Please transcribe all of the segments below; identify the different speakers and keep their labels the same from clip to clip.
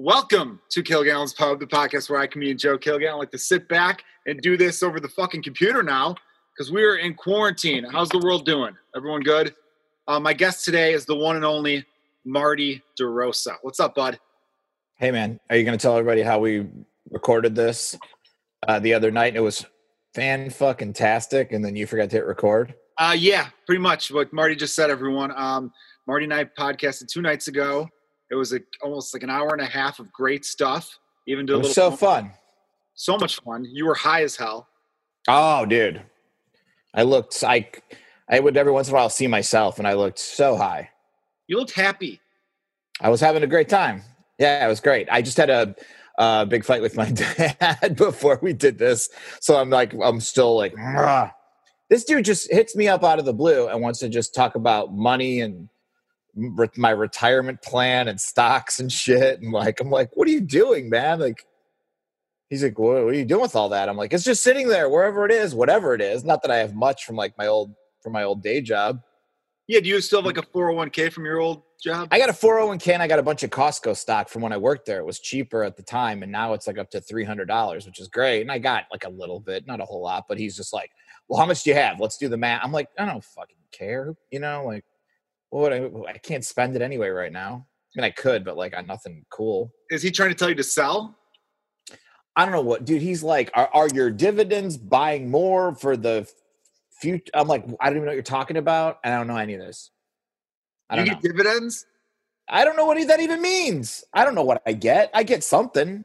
Speaker 1: Welcome to Kilgallen's Pub, the podcast where I, comedian Joe Kilgallen, like to sit back and do this over the fucking computer now because we're in quarantine. How's the world doing? Everyone good? Uh, my guest today is the one and only Marty DeRosa. What's up, bud?
Speaker 2: Hey, man, are you going to tell everybody how we recorded this uh, the other night? It was fan fucking tastic, and then you forgot to hit record.
Speaker 1: Uh, yeah, pretty much what Marty just said, everyone. Um, Marty and I podcasted two nights ago. It was a, almost like an hour and a half of great stuff. Even to
Speaker 2: It
Speaker 1: a
Speaker 2: was
Speaker 1: little
Speaker 2: so fun.
Speaker 1: so much fun. You were high as hell.
Speaker 2: Oh, dude, I looked. I I would every once in a while see myself, and I looked so high.
Speaker 1: You looked happy.
Speaker 2: I was having a great time. Yeah, it was great. I just had a, uh big fight with my dad before we did this, so I'm like, I'm still like, "Ugh." this dude just hits me up out of the blue and wants to just talk about money and re- my retirement plan and stocks and shit. And like, I'm like, what are you doing, man? Like, he's like, what what are you doing with all that? I'm like, it's just sitting there, wherever it is, whatever it is. Not that I have much from like my old from my old day job.
Speaker 1: Yeah, do you still have like a 401k from your old job?
Speaker 2: I got a 401k and I got a bunch of Costco stock from when I worked there. It was cheaper at the time and now it's like up to $300, which is great. And I got like a little bit, not a whole lot, but he's just like, "Well, how much do you have? Let's do the math." I'm like, "I don't fucking care." You know, like what would I I can't spend it anyway right now. I mean, I could, but like on nothing cool.
Speaker 1: Is he trying to tell you to sell?
Speaker 2: I don't know what, dude. He's like, are, are your dividends buying more for the future? I'm like, I don't even know what you're talking about. And I don't know any of this. I
Speaker 1: you
Speaker 2: don't know.
Speaker 1: get dividends?
Speaker 2: I don't know what that even means. I don't know what I get. I get something.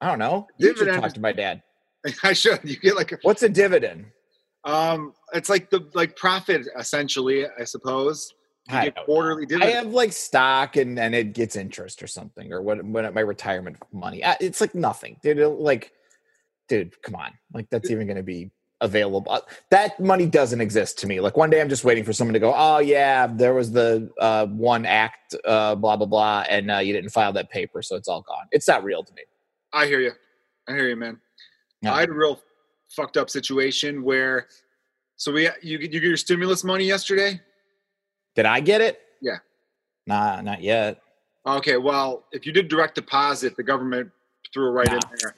Speaker 2: I don't know. You should
Speaker 1: Dividend
Speaker 2: talk
Speaker 1: is-
Speaker 2: to my dad.
Speaker 1: I should. You get like
Speaker 2: What's a dividend?
Speaker 1: um it's like the like profit essentially, I suppose. You
Speaker 2: I,
Speaker 1: get
Speaker 2: don't know.
Speaker 1: quarterly
Speaker 2: I
Speaker 1: dividends.
Speaker 2: have like stock and and it gets interest or something or what when my retirement money. I, it's like nothing, dude. It- like, dude, come on. Like that's even going to be available. Uh, That money doesn't exist to me. Like one day I'm just waiting for someone to go, oh yeah, there was the uh, one act, uh, blah blah blah, and uh, you didn't file that paper, so it's all gone. It's not real to me.
Speaker 1: I hear you. I hear you, man.
Speaker 2: Yeah.
Speaker 1: I had a real fucked up situation where so we you you get your stimulus money yesterday?
Speaker 2: Did I get it?
Speaker 1: Yeah.
Speaker 2: Nah, not yet.
Speaker 1: Okay, well, if you did direct deposit, the government threw it right in
Speaker 2: Nah.
Speaker 1: there.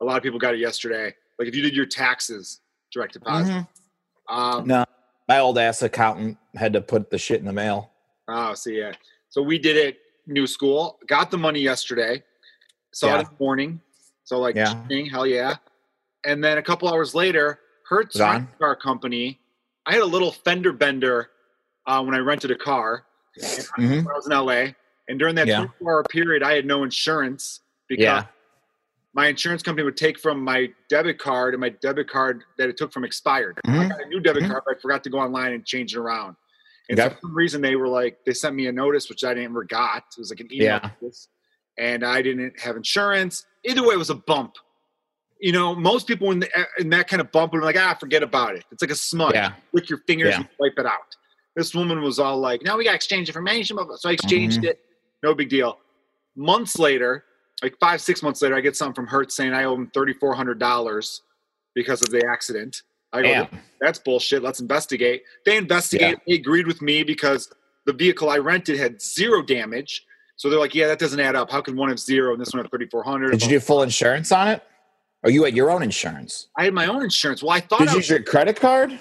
Speaker 1: A lot of people got it yesterday. Like if you did your taxes direct deposit.
Speaker 2: Mm-hmm.
Speaker 1: Um
Speaker 2: No, my old ass accountant had to put the shit in the mail.
Speaker 1: Oh, so yeah. So we did it new school. Got the money yesterday. Saw it
Speaker 2: Yeah.
Speaker 1: in the morning. So like,
Speaker 2: Yeah.
Speaker 1: ching, hell yeah. And then a couple hours later, Hertz
Speaker 2: Was on?
Speaker 1: rental car company. I had a little fender bender uh, when I rented a car
Speaker 2: Mhm.
Speaker 1: when I was in LA. And during that
Speaker 2: Yeah.
Speaker 1: 24 hour period, I had no insurance because
Speaker 2: Yeah,
Speaker 1: my insurance company would take from my debit card and my debit card that it took from expired. I
Speaker 2: Mhm.
Speaker 1: got a new debit
Speaker 2: Mhm.
Speaker 1: card, but I forgot to go online and change it around. And
Speaker 2: Okay.
Speaker 1: for some reason, they were like, they sent me a notice, which I never got. It was like an email
Speaker 2: Yeah.
Speaker 1: notice, and I didn't have insurance. Either way, it was a bump. You know, most people in, the, in that kind of bump would be like, ah, forget about it. It's like a smudge.
Speaker 2: yeah.
Speaker 1: Lick your fingers
Speaker 2: Yeah.
Speaker 1: and wipe it out. This woman was all like, now we got to exchange information. blah, blah. So I exchanged
Speaker 2: Mm-hmm.
Speaker 1: it. No big deal. Months later, like five, six months later, I get something from Hertz saying I owe them $3,400 because of the accident. I go,
Speaker 2: Damn.
Speaker 1: that's bullshit. Let's investigate. They investigated. They agreed with me because the vehicle I rented had zero damage. So they're like, yeah, that doesn't add up. How can one have zero and this one have 3,400?
Speaker 2: Did you do full insurance on it? Or you had your own insurance?
Speaker 1: I had my own insurance. Well, I thought
Speaker 2: Did
Speaker 1: I
Speaker 2: you
Speaker 1: was,
Speaker 2: use your credit card?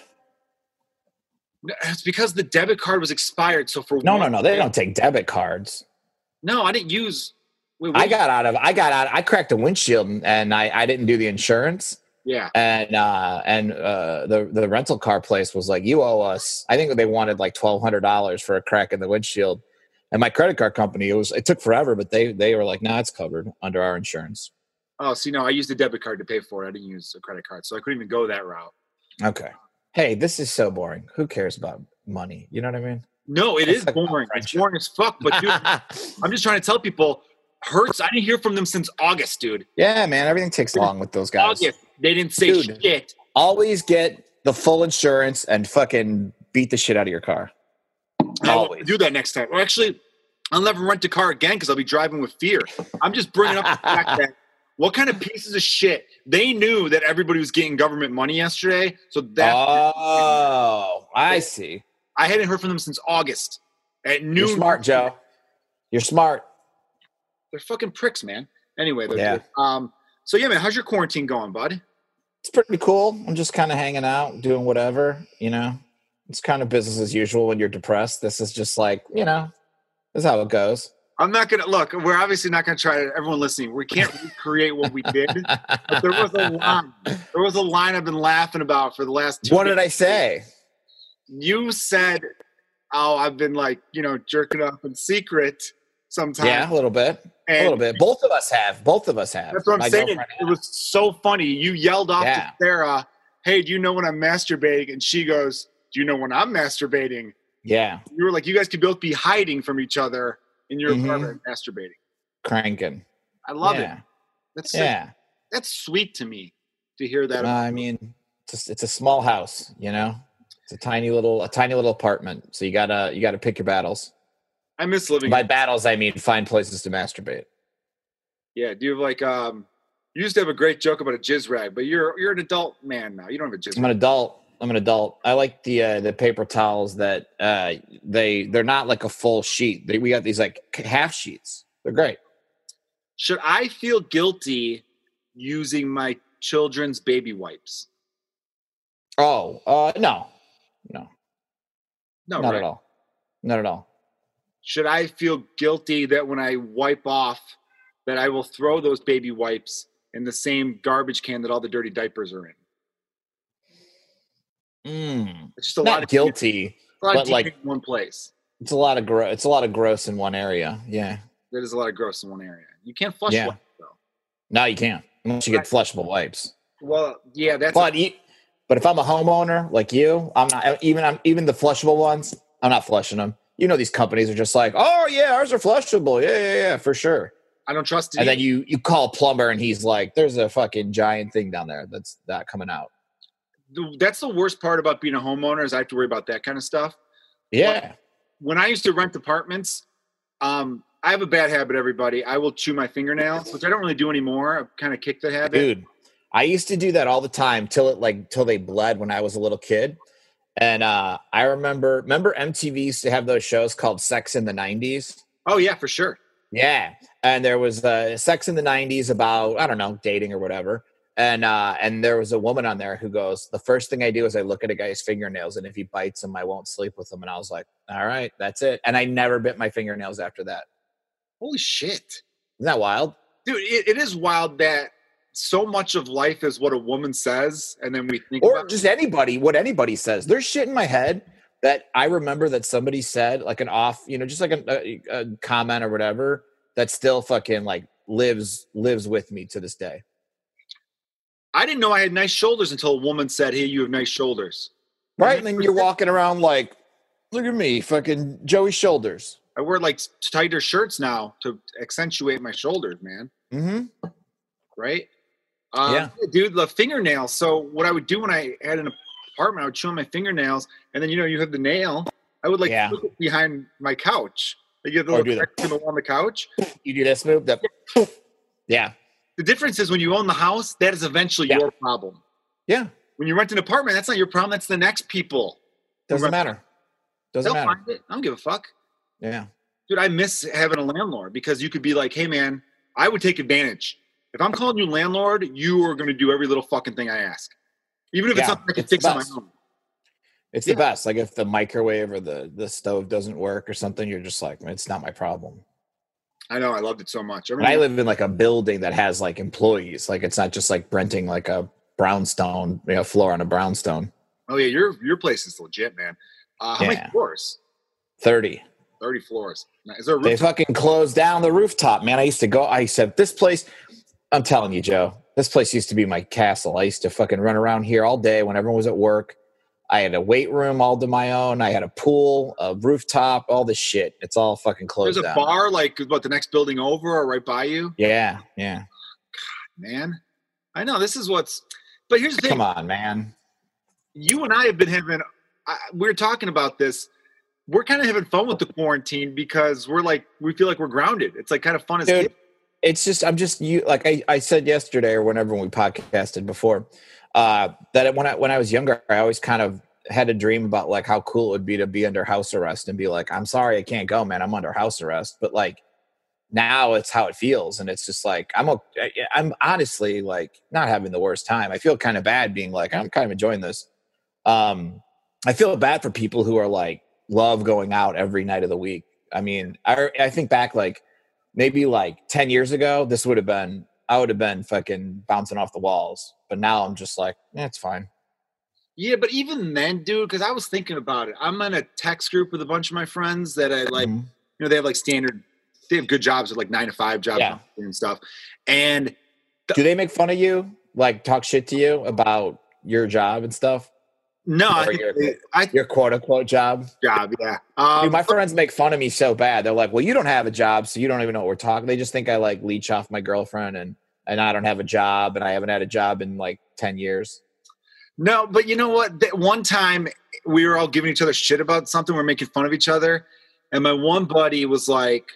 Speaker 1: it's because the debit card was expired. So for
Speaker 2: No,
Speaker 1: one-
Speaker 2: no, no. They don't take debit cards.
Speaker 1: No, I didn't use. Wait, what
Speaker 2: I
Speaker 1: did you-
Speaker 2: got out of. I got out. I cracked a windshield and I, I didn't do the insurance.
Speaker 1: Yeah.
Speaker 2: And uh, and uh, the the rental car place was like, you owe us. I think they wanted like twelve hundred dollars for a crack in the windshield. And my credit card company, it was it took forever, but they they were like, nah, it's covered under our insurance.
Speaker 1: Oh, see, no, I used a debit card to pay for it. I didn't use a credit card, so I couldn't even go that route.
Speaker 2: Okay. Hey, this is so boring. Who cares about money? You know what I mean?
Speaker 1: No, it
Speaker 2: Let's
Speaker 1: is
Speaker 2: talk about
Speaker 1: boring. It's
Speaker 2: friendship.
Speaker 1: boring as fuck. But dude, I'm just trying to tell people, Hertz. I didn't hear from them since August, dude.
Speaker 2: yeah, man, everything takes long with those guys.
Speaker 1: August. They didn't say
Speaker 2: Dude.
Speaker 1: shit.
Speaker 2: Always get the full insurance and fucking beat the shit out of your car.
Speaker 1: I will
Speaker 2: Always.
Speaker 1: do that next time. Or actually, I'll never rent a car again because I'll be driving with fear. I'm just bringing up the fact that what kind of pieces of shit they knew that everybody was getting government money yesterday. So that
Speaker 2: Uh, oh, I see.
Speaker 1: I hadn't heard from them since August at
Speaker 2: You're
Speaker 1: noon.
Speaker 2: smart, Joe. You're smart.
Speaker 1: They're fucking pricks, man. Anyway, they're
Speaker 2: Yeah.
Speaker 1: um so yeah, man, how's your quarantine going, bud?
Speaker 2: It's pretty cool. I'm just kind of hanging out, doing whatever, you know. It's kind of business as usual when you're depressed. This is just like, you know, this is how it goes.
Speaker 1: I'm not gonna look, we're obviously not gonna try to everyone listening, we can't recreate what we did. But there was a line. There was a line I've been laughing about for the last two
Speaker 2: What did
Speaker 1: days.
Speaker 2: I say?
Speaker 1: You said, Oh, I've been like, you know, jerking up in secret sometimes.
Speaker 2: Yeah, a little bit. A little
Speaker 1: And
Speaker 2: bit. Both of us have. Both of us have.
Speaker 1: That's what I'm
Speaker 2: My
Speaker 1: saying.
Speaker 2: girlfriend
Speaker 1: It was so funny. You yelled off
Speaker 2: Yeah.
Speaker 1: to Sarah, "Hey, do you know when I'm masturbating?" And she goes, "Do you know when I'm masturbating?"
Speaker 2: Yeah,
Speaker 1: You were like, "You guys could both be hiding from each other in your
Speaker 2: Mhm.
Speaker 1: apartment masturbating."
Speaker 2: cranking.
Speaker 1: I love
Speaker 2: yeah.
Speaker 1: it. That's
Speaker 2: Yeah.
Speaker 1: that's sweet to me to hear that.
Speaker 2: No, I mean, it's just, it's a small house, you know. It's a tiny little a tiny little apartment. So you gotta you gotta pick your battles.
Speaker 1: I miss living.
Speaker 2: By battles, I mean find places to masturbate.
Speaker 1: yeah, do you have like um? You used to have a great joke about a jizz rag, but you're you're an adult man now. You don't have a jizz.
Speaker 2: I'm
Speaker 1: rag.
Speaker 2: an adult. I'm an adult. I like the uh, the paper towels that uh, they they're not like a full sheet. They, we got these like half sheets. They're great.
Speaker 1: Should I feel guilty using my children's baby wipes?
Speaker 2: Oh uh, no, no,
Speaker 1: No,
Speaker 2: not
Speaker 1: right?
Speaker 2: at all, not at all.
Speaker 1: should I feel guilty that when I wipe off, that I will throw those baby wipes in the same garbage can that all the dirty diapers are in?
Speaker 2: Mm.
Speaker 1: It's just a lot
Speaker 2: Not
Speaker 1: of
Speaker 2: guilty.
Speaker 1: a lot of
Speaker 2: but,
Speaker 1: DP
Speaker 2: like-
Speaker 1: in one place.
Speaker 2: It's a lot of gross. It's a lot of gross in one area. Yeah.
Speaker 1: That is a lot of gross in one area. You can't flush
Speaker 2: Yeah.
Speaker 1: one though.
Speaker 2: No, you can't unless you get flushable wipes.
Speaker 1: Well, yeah, that's
Speaker 2: But e- but if I'm a homeowner like you, I'm not even I'm even the flushable ones. I'm not flushing them. You know these companies are just like, oh yeah, ours are flushable. Yeah, yeah, yeah, for sure.
Speaker 1: I don't trust it.
Speaker 2: and then you you call a plumber and he's like there's a fucking giant thing down there that's not coming out
Speaker 1: either. that's the worst part about being a homeowner is I have to worry about that kind of stuff.
Speaker 2: yeah
Speaker 1: When I used to rent apartments, um, I have a bad habit, everybody. I will chew my fingernails, which I don't really do anymore. I've kind of kicked the habit.
Speaker 2: dude i used to do that all the time till it like till they bled when i was a little kid and uh i remember remember mtv used to have those shows called sex in the 90s
Speaker 1: Oh yeah, for sure.
Speaker 2: yeah and there was uh sex in the 90s about i don't know dating or whatever and uh and there was a woman on there who goes the first thing i do is i look at a guy's fingernails and if he bites him i won't sleep with him and i was like all right that's it and i never bit my fingernails after that
Speaker 1: Holy shit.
Speaker 2: Isn't that wild?
Speaker 1: dude it, it is wild that so much of life is what a woman says and then we think
Speaker 2: Or
Speaker 1: about
Speaker 2: just anybody, what anybody says. There's shit in my head that I remember that somebody said, like an off, you know, just like an, a, a comment or whatever that still fucking like lives lives with me to this day.
Speaker 1: i didn't know i had nice shoulders until a woman said hey you have nice shoulders
Speaker 2: Right? And then you're walking around like, look at me, fucking Joey Shoulders.
Speaker 1: i wear like s- tighter shirts now to accentuate my shoulders man
Speaker 2: Mm-hmm.
Speaker 1: right um,
Speaker 2: Yeah.
Speaker 1: dude the fingernails so what i would do when i had an apartment i would chew on my fingernails and then you know you have the nail i would like
Speaker 2: Yeah.
Speaker 1: put it behind my couch like you have the
Speaker 2: Or
Speaker 1: little
Speaker 2: do the-
Speaker 1: crack in the wall on the couch
Speaker 2: You do this move, that yeah.
Speaker 1: the difference is when you own the house that is eventually
Speaker 2: Yeah.
Speaker 1: your problem
Speaker 2: Yeah.
Speaker 1: when you rent an apartment that's not your problem that's the next people
Speaker 2: Doesn't matter. Doesn't
Speaker 1: They'll
Speaker 2: matter.
Speaker 1: find it. I don't give a fuck.
Speaker 2: Yeah.
Speaker 1: Dude, I miss having a landlord because you could be like, hey, man, I would take advantage. If I'm calling you landlord, you are going to do every little fucking thing I ask. Even if
Speaker 2: Yeah,
Speaker 1: it's something I can
Speaker 2: it's the
Speaker 1: fix on my
Speaker 2: best.
Speaker 1: own.
Speaker 2: It's
Speaker 1: Yeah.
Speaker 2: the best. Like if the microwave or the, the stove doesn't work or something, you're just like, it's not my problem.
Speaker 1: I know. I loved it so much. I
Speaker 2: And I
Speaker 1: remember,
Speaker 2: live in like a building that has like employees. Like it's not just like renting like a brownstone, you know, floor on a brownstone.
Speaker 1: oh, yeah, your, your place is legit, man. Uh, how many
Speaker 2: Yeah.
Speaker 1: floors?
Speaker 2: 30.
Speaker 1: 30 floors. Now, Is there a
Speaker 2: They
Speaker 1: roof?
Speaker 2: fucking closed down the rooftop, man. I used to go, I said, this place, I'm telling you, Joe, this place used to be my castle. I used to fucking run around here all day when everyone was at work. I had a weight room all to my own. I had a pool, a rooftop, all this shit. It's all fucking closed
Speaker 1: There's a
Speaker 2: down.
Speaker 1: bar like what the next building over or right by you,
Speaker 2: Yeah, yeah.
Speaker 1: man. I know this is what's. But here's the thing:
Speaker 2: Come on, man.
Speaker 1: you and I have been having, I, we are talking about this. We're kind of having fun with the quarantine because we're like, we feel like we're grounded. It's like kind of fun as
Speaker 2: Dude,
Speaker 1: kids.
Speaker 2: it's just I'm just you like I, I said yesterday or whenever we podcasted before uh that when I when I was younger I always kind of had a dream about like how cool it would be to be under house arrest and be like I'm sorry I can't go man I'm under house arrest but like now it's how it feels and it's just like i'm o- i'm honestly like not having the worst time i feel kind of bad being like i'm kind of enjoying this um i feel bad for people who are like love going out every night of the week i mean i i think back like maybe like 10 years ago this would have been i would have been fucking bouncing off the walls but now i'm just like eh, it's fine
Speaker 1: Yeah, but even then, dude, because I was thinking about it. I'm in a text group with a bunch of my friends that I like.
Speaker 2: Mhm.
Speaker 1: You know, they have like standard. They have good jobs at like nine to five jobs
Speaker 2: Yeah.
Speaker 1: and stuff. And
Speaker 2: do they make fun of you like talk shit to you about your job and stuff
Speaker 1: no, I
Speaker 2: Or
Speaker 1: think
Speaker 2: you're-
Speaker 1: they- I think
Speaker 2: your quote unquote job
Speaker 1: job. Yeah. Um,
Speaker 2: Dude, my friends make fun of me so bad. They're like, "Well, you don't have a job, so you don't even know what we're talking." They just think I like leech off my girlfriend, and and I don't have a job, and I haven't had a job in like ten years.
Speaker 1: No, but you know what? That one time we were all giving each other shit about something. We are making fun of each other, and my one buddy was like,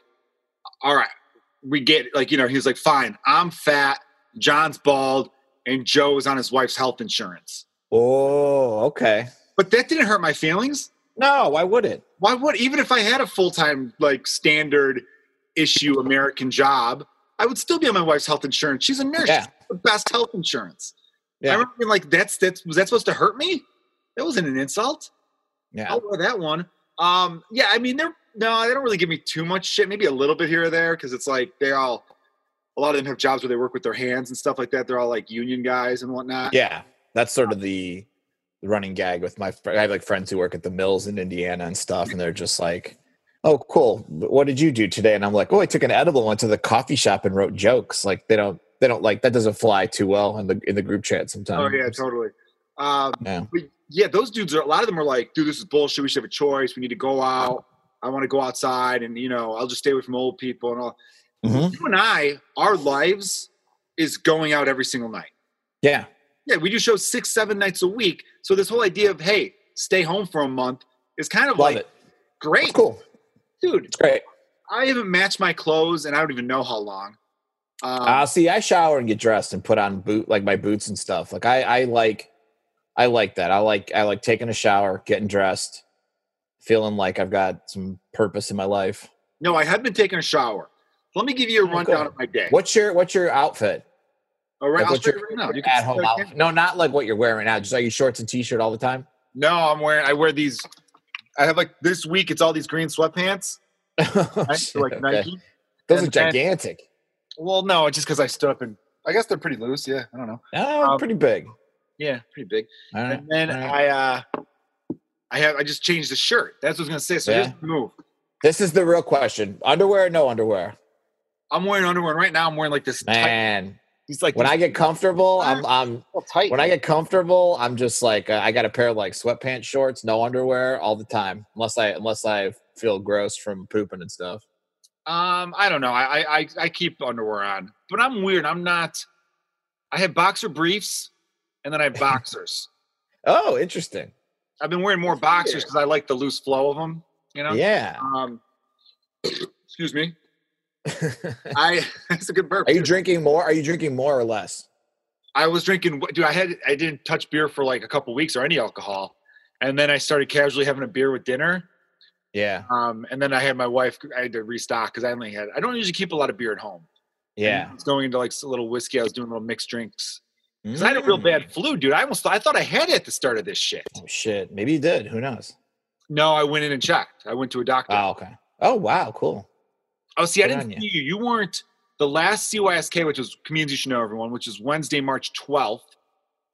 Speaker 1: "All right, we get it." like you know." He was like, "Fine, I'm fat. John's bald, and Joe is on his wife's health insurance."
Speaker 2: Oh, okay.
Speaker 1: But that didn't hurt my feelings.
Speaker 2: No, why would it?
Speaker 1: Why would even if I had a full time like standard issue American job, I would still be on my wife's health insurance. She's a nurse.
Speaker 2: Yeah.
Speaker 1: She's the best health insurance.
Speaker 2: Yeah.
Speaker 1: I remember being like, "That's that's was that supposed to hurt me? That wasn't an insult."
Speaker 2: Yeah,
Speaker 1: I'll wear that one. Um, yeah, I mean, they're no, they don't really give me too much shit. Maybe a little bit here or there because it's like they all, a lot of them have jobs where they work with their hands and stuff like that. They're all like union guys and whatnot.
Speaker 2: yeah. That's sort of the the running gag with my. fr- I have like friends who work at the mills in Indiana and stuff, and they're just like, "Oh, cool. What did you do today?" And I'm like, "Oh, I took an edible, went to the coffee shop, and wrote jokes." Like they don't they don't like that doesn't fly too well in the in the group chat sometimes.
Speaker 1: Oh yeah, totally. Um,
Speaker 2: Yeah.
Speaker 1: but yeah, those dudes are a lot of them are like, dude, this is bullshit. We should have a choice. We need to go out. I want to go outside, and you know, I'll just stay away from old people and all.
Speaker 2: Mhm.
Speaker 1: You and I, our lives is going out every single night.
Speaker 2: Yeah.
Speaker 1: Yeah, we do shows six, seven nights a week. So this whole idea of hey, stay home for a month is kind of
Speaker 2: Love
Speaker 1: like
Speaker 2: it. It's
Speaker 1: great,
Speaker 2: cool.
Speaker 1: dude.
Speaker 2: It's great.
Speaker 1: I haven't matched my clothes, and I don't even know how long. Um,
Speaker 2: uh, see, I shower and get dressed and put on boot like my boots and stuff. Like I, I like, I like that. I like, I like taking a shower, getting dressed, feeling like I've got some purpose in my life.
Speaker 1: no, I have been taking a shower. Let me give you a
Speaker 2: Oh,
Speaker 1: rundown
Speaker 2: cool.
Speaker 1: of my day.
Speaker 2: What's your What's your outfit?
Speaker 1: All right,
Speaker 2: Like,
Speaker 1: I'll
Speaker 2: what's
Speaker 1: show
Speaker 2: your,
Speaker 1: you right now. You
Speaker 2: your
Speaker 1: can
Speaker 2: at
Speaker 1: see
Speaker 2: home
Speaker 1: what I can-
Speaker 2: outfit? No, not like what you're wearing now. Just are you shorts and t-shirt all the time?
Speaker 1: No, I'm wearing. I wear these. I have like this week. It's all these green sweatpants, right?
Speaker 2: Oh, Shit,
Speaker 1: like
Speaker 2: okay.
Speaker 1: Nike.
Speaker 2: Those are
Speaker 1: and then-
Speaker 2: gigantic.
Speaker 1: Well, no, it's just because I stood up and I guess they're pretty loose. Yeah, I don't know.
Speaker 2: Oh,
Speaker 1: Um,
Speaker 2: pretty big.
Speaker 1: Yeah, pretty big.
Speaker 2: All right.
Speaker 1: And then I,
Speaker 2: Alright.
Speaker 1: uh, I have. I just changed the shirt. That's what I was gonna say. So
Speaker 2: Yeah.
Speaker 1: here's the move.
Speaker 2: This is the real question: underwear, or no underwear?
Speaker 1: I'm wearing underwear, and right now I'm wearing like this. Tight,
Speaker 2: Man,
Speaker 1: he's like
Speaker 2: when
Speaker 1: these
Speaker 2: I get comfortable, I'm, I'm
Speaker 1: little tight.
Speaker 2: when I get comfortable, I'm just like uh, I got a pair of like sweatpants, shorts, no underwear all the time, unless I unless I feel gross from pooping and stuff.
Speaker 1: Um, I don't know. I, I I- I keep underwear on, but I'm weird. I'm not. I have boxer briefs, and then I have boxers.
Speaker 2: Oh, interesting.
Speaker 1: I've been wearing more boxers because I like the loose flow of them. You know.
Speaker 2: Yeah.
Speaker 1: Um, excuse me.
Speaker 2: Are
Speaker 1: I that's a good burp.
Speaker 2: you
Speaker 1: dude.
Speaker 2: drinking more? Are you drinking more or less?
Speaker 1: I was drinking, dude. I had I didn't touch beer for like a couple weeks or any alcohol, and then I started casually having a beer with dinner.
Speaker 2: Yeah.
Speaker 1: Um, and then I had my wife. I had to restock because I only had. I don't usually keep a lot of beer at home.
Speaker 2: Yeah.
Speaker 1: It's going into like a little whiskey. I was doing little mixed drinks. Because I had a real bad flu, dude. I almost thought, I thought I had it at the start of this shit.
Speaker 2: Oh, shit. Maybe you did. Who knows?
Speaker 1: No, I went in and checked. I went to a doctor.
Speaker 2: Oh, okay. Oh, wow. Cool.
Speaker 1: oh, see, I
Speaker 2: good
Speaker 1: didn't
Speaker 2: on
Speaker 1: see you. You weren't the last CYSK, which was Comedians You Should Know Everyone, which is Wednesday, March 12th.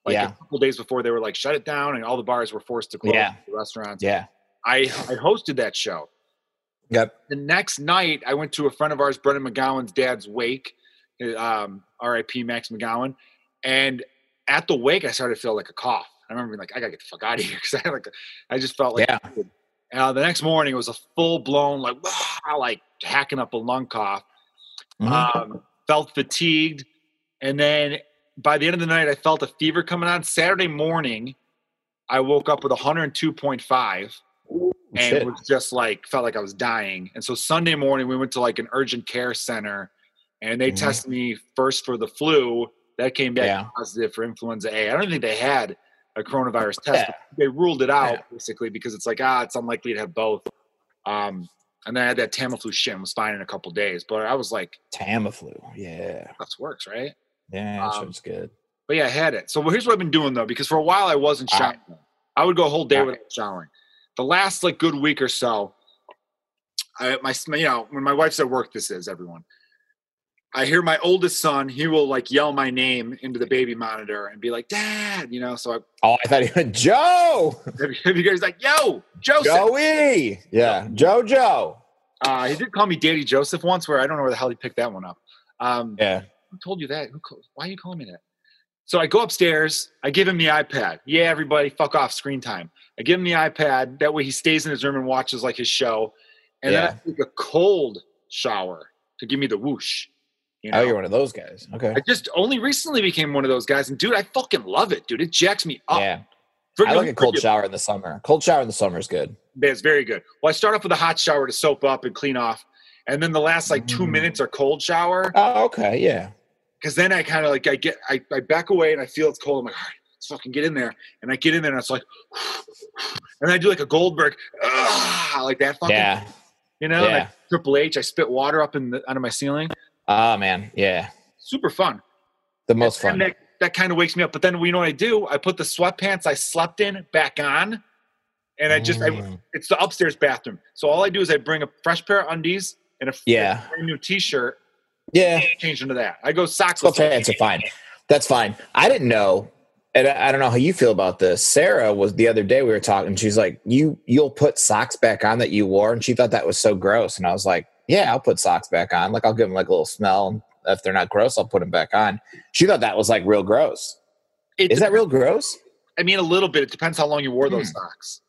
Speaker 1: Like
Speaker 2: Yeah.
Speaker 1: a couple days before they were like, shut it down, and all the bars were forced to close
Speaker 2: Yeah.
Speaker 1: the restaurants.
Speaker 2: Yeah.
Speaker 1: I, I hosted that show.
Speaker 2: Yep.
Speaker 1: The next night, I went to a friend of ours, Brendan McGowan's dad's wake, um, RIP Max McGowan. And at the wake, I started to feel like a cough. I remember being like, I gotta get the fuck out of here because I had like, a- I just felt like
Speaker 2: Yeah.
Speaker 1: Uh, the next morning, it was a full blown, like, wow, like hacking up a lung cough.
Speaker 2: Mhm.
Speaker 1: Um, felt fatigued. And then by the end of the night, I felt a fever coming on. Saturday morning, I woke up with 102.5 and
Speaker 2: Oh, Shit.
Speaker 1: was just like, felt like I was dying. And so Sunday morning, we went to like an urgent care center and they
Speaker 2: Mhm.
Speaker 1: tested me first for the flu. That came back
Speaker 2: Yeah.
Speaker 1: positive for influenza A. I don't think they had a coronavirus test.
Speaker 2: Yeah.
Speaker 1: but They ruled it out
Speaker 2: Yeah.
Speaker 1: basically because it's like, ah, it's unlikely to have both. Um, And then I had that Tamiflu shit and was fine in a couple days. But I was like,
Speaker 2: Tamiflu. Yeah.
Speaker 1: that's works, right?
Speaker 2: Yeah,
Speaker 1: Um,
Speaker 2: um, it's good.
Speaker 1: But yeah, I had it. So here's what I've been doing though, because for a while I wasn't
Speaker 2: All
Speaker 1: showering. I would go a whole day
Speaker 2: All
Speaker 1: without showering. The last like good week or so, I my you know when my wife's at work, this is everyone. I hear my oldest son. He will like yell my name into the baby monitor and be like, "Dad," you know. So I,
Speaker 2: Oh, I thought he went Joe,
Speaker 1: you guys like, "Yo, Joseph."
Speaker 2: Joey. Yeah, JoJo.
Speaker 1: Uh, he did call me Daddy Joseph once, where I don't know where the hell he picked that one up. Um,
Speaker 2: Yeah.
Speaker 1: who told you that? Who, co- why are you calling me that? So I go upstairs. I give him the iPad. Yeah, everybody, fuck off screen time. I give him the iPad. That way he stays in his room and watches like his show. And then I take a cold shower to give me the whoosh. You know?
Speaker 2: Oh, you're one of those guys. Okay.
Speaker 1: I just only recently became one of those guys. And dude, I fucking love it, dude. It jacks me up.
Speaker 2: Yeah.
Speaker 1: Friggin'
Speaker 2: I like a cold
Speaker 1: friggin'.
Speaker 2: shower in the summer. Cold shower in the summer is good.
Speaker 1: That's very good. Well, I start off with a hot shower to soap up and clean off. And then the last like two
Speaker 2: Mm.
Speaker 1: minutes are cold shower.
Speaker 2: Oh, okay. Yeah.
Speaker 1: because then I kind of like I get I, I back away and I feel it's cold. I'm like, all right, let's fucking get in there. And I get in there and it's like, and I do like a Goldberg, ah, like that fucking,
Speaker 2: Yeah.
Speaker 1: you know, like
Speaker 2: yeah.
Speaker 1: Triple H. I spit water up in the, out of my ceiling.
Speaker 2: Oh man. Yeah.
Speaker 1: Super fun.
Speaker 2: The most fun.
Speaker 1: And that, that kind of wakes me up. But then we know what I do. I put the sweatpants I slept in back on, and I just I,
Speaker 2: Mm.
Speaker 1: it's the upstairs bathroom. So all I do is I bring a fresh pair of undies and a f-
Speaker 2: Yeah.
Speaker 1: brand new T-shirt.
Speaker 2: Yeah.
Speaker 1: Change into that. I go sockless.
Speaker 2: Sweatpants are fine. That's fine. I didn't know, and I I don't know how you feel about this. Sarah was the other day we were talking. She's like, "You you'll put socks back on that you wore," and she thought that was so gross. And I was like, "Yeah, I'll put socks back on. Like I'll give them like a little smell. And if they're not gross, I'll put them back on." She thought that was like real gross.
Speaker 1: It
Speaker 2: Is that real gross?
Speaker 1: I mean, a little bit. It depends how long you wore those socks.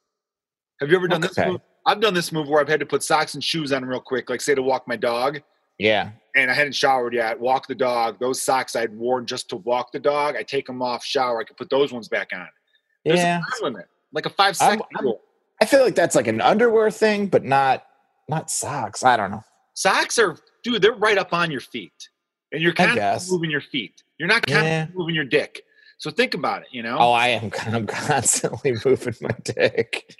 Speaker 1: Have you ever done this
Speaker 2: Hmm. Okay.
Speaker 1: move? I've done this move where I've had to put socks and shoes on real quick, like say to walk my dog,
Speaker 2: Yeah.
Speaker 1: and I hadn't showered yet. Walk the dog. Those socks I'd worn just to walk the dog. I take them off, shower. I could put those ones back on. There's
Speaker 2: Yeah.
Speaker 1: a time limit, like a five
Speaker 2: I'm-
Speaker 1: second
Speaker 2: I'm-
Speaker 1: rule.
Speaker 2: I feel like that's like an underwear thing, but not not socks. I don't know.
Speaker 1: Socks are, dude, they're right up on your feet, and you're kind of
Speaker 2: guess.
Speaker 1: moving your feet. You're not kind
Speaker 2: Yeah.
Speaker 1: of moving your dick. So think about it. You know.
Speaker 2: Oh, I am. I'm constantly moving my dick,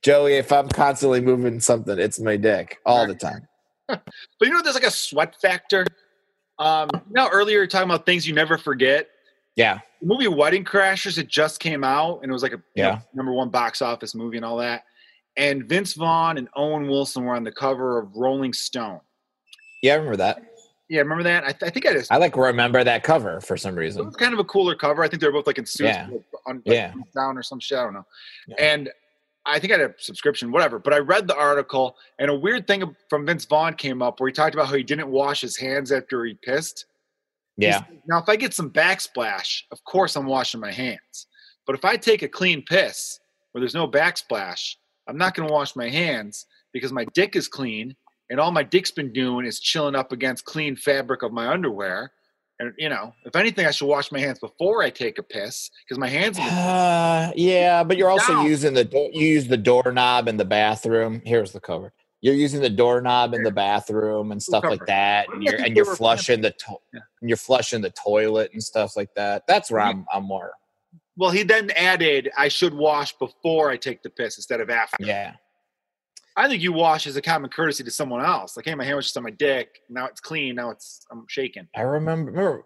Speaker 2: Joey. If I'm constantly moving something, it's my dick all the time.
Speaker 1: But you know, there's like a sweat factor. Um, you know, earlier you were talking about things you never forget.
Speaker 2: Yeah.
Speaker 1: The movie Wedding Crashers, it just came out and it was like a you
Speaker 2: Yeah.
Speaker 1: know, number one box office movie and all that. And Vince Vaughn and Owen Wilson were on the cover of Rolling Stone.
Speaker 2: Yeah, I remember that.
Speaker 1: Yeah, remember that? I, th- I think I just.
Speaker 2: I like remember that cover for some
Speaker 1: It
Speaker 2: reason.
Speaker 1: was kind of a cooler cover. I think they were both like in suits,
Speaker 2: Yeah.
Speaker 1: with- on, like,
Speaker 2: Yeah.
Speaker 1: down or some shit. I don't know.
Speaker 2: Yeah.
Speaker 1: And I think I had a subscription, whatever. But I read the article, and a weird thing from Vince Vaughn came up where he talked about how he didn't wash his hands after he pissed.
Speaker 2: Yeah.
Speaker 1: Now, if I get some backsplash, of course I'm washing my hands. But if I take a clean piss where there's no backsplash, I'm not going to wash my hands because my dick is clean and all my dick's been doing is chilling up against clean fabric of my underwear. And, you know, if anything, I should wash my hands before I take a piss because my hands. Are-
Speaker 2: Uh, yeah, but you're also
Speaker 1: No.
Speaker 2: using the door. You use the doorknob in the bathroom. Here's the cover. You're using the doorknob in the bathroom and stuff
Speaker 1: Cover.
Speaker 2: like that, and
Speaker 1: Yeah,
Speaker 2: you're
Speaker 1: I think
Speaker 2: and
Speaker 1: they
Speaker 2: you're
Speaker 1: were-
Speaker 2: flushing the to-
Speaker 1: Yeah.
Speaker 2: and you're flushing the toilet and stuff like that. That's where I'm. I'm more.
Speaker 1: well, he then added, I should wash before I take the piss instead of after.
Speaker 2: Yeah.
Speaker 1: I think you wash as a common courtesy to someone else. Like, hey, my hand was just on my dick. Now it's clean. Now it's, I'm shaking.
Speaker 2: I remember remember,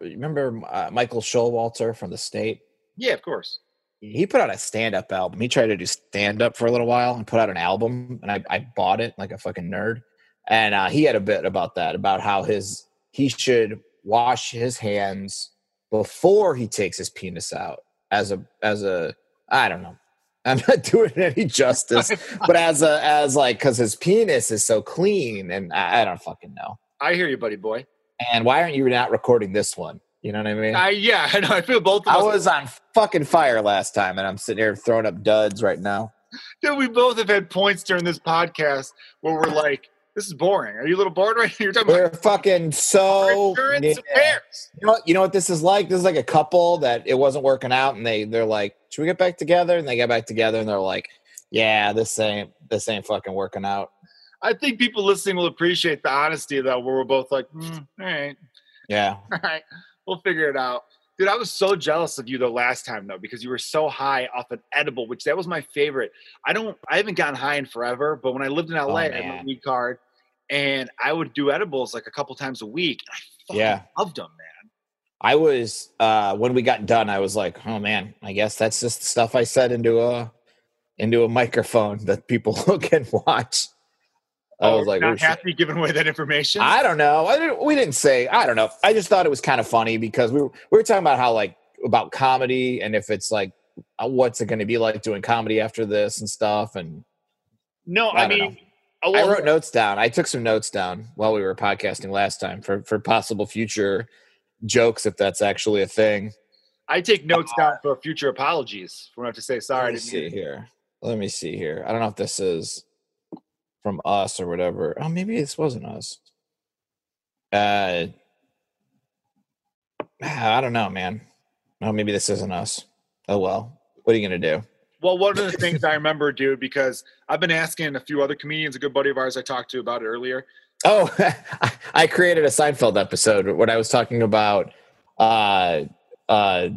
Speaker 2: remember uh, Michael Showalter from the state.
Speaker 1: Yeah, of course.
Speaker 2: He put out a stand up album. He tried to do stand up for a little while and put out an album, and I, I bought it like a fucking nerd. And uh, he had a bit about that, about how his he should wash his hands before he takes his penis out as a as a I don't know. I'm not doing any justice, but as a as like because his penis is so clean, and I, I don't fucking know.
Speaker 1: I hear you, buddy boy.
Speaker 2: And why aren't you not recording this one? You know what I mean?
Speaker 1: I yeah, I know. I feel both of
Speaker 2: I
Speaker 1: us.
Speaker 2: was uh, on fucking fire last time, and I'm sitting here throwing up duds right now.
Speaker 1: Dude, we both have had points during this podcast where we're like, "This is boring." Are you a little bored right now? You're talking
Speaker 2: We're fucking
Speaker 1: about
Speaker 2: so.
Speaker 1: insurance
Speaker 2: Yeah.
Speaker 1: affairs.
Speaker 2: You know, what, you know what this is like? This is like a couple that it wasn't working out, and they they're like, "Should we get back together?" And they get back together, and they're like, "Yeah, this ain't this ain't fucking working out."
Speaker 1: I think people listening will appreciate the honesty though, where we're both like, mm, "All "Hmm, right,
Speaker 2: Yeah,
Speaker 1: all right, we'll figure it out." Dude, I was so jealous of you the last time though, because you were so high off an edible, which that was my favorite. I don't, I haven't gotten high in forever, but when I lived in LA, I had
Speaker 2: Oh, man.
Speaker 1: a weed card, and I would do edibles like a couple times a week. And I fucking
Speaker 2: Yeah.
Speaker 1: loved them, man.
Speaker 2: I was uh when we got done, I was like, oh man, I guess that's just the stuff I said into a into a microphone that people can watch. I was like,
Speaker 1: not
Speaker 2: "Oh, shit."
Speaker 1: happy giving away that information.
Speaker 2: I don't know. I didn't, we didn't say. I don't know. I just thought it was kind of funny because we were we were talking about how like about comedy and if it's like uh, what's it going to be like doing comedy after this and stuff. And
Speaker 1: no,
Speaker 2: I
Speaker 1: I,
Speaker 2: don't
Speaker 1: mean,
Speaker 2: I
Speaker 1: well,
Speaker 2: wrote notes down. I took some notes down while we were podcasting last time for for possible future jokes if that's actually a thing.
Speaker 1: I take notes down for future apologies. We're gonna have to say sorry. I
Speaker 2: Let me
Speaker 1: didn't mean
Speaker 2: see
Speaker 1: it.
Speaker 2: here. Let me see here. I don't know if this is from us or whatever. Oh, maybe this wasn't us. Uh, I don't know, man. Oh, maybe this isn't us. Oh well. What are you gonna do?
Speaker 1: Well, one of the things I remember, dude, because I've been asking a few other comedians, a good buddy of ours I talked to about it earlier.
Speaker 2: Oh, I- I created a Seinfeld episode when I was talking about uh, uh,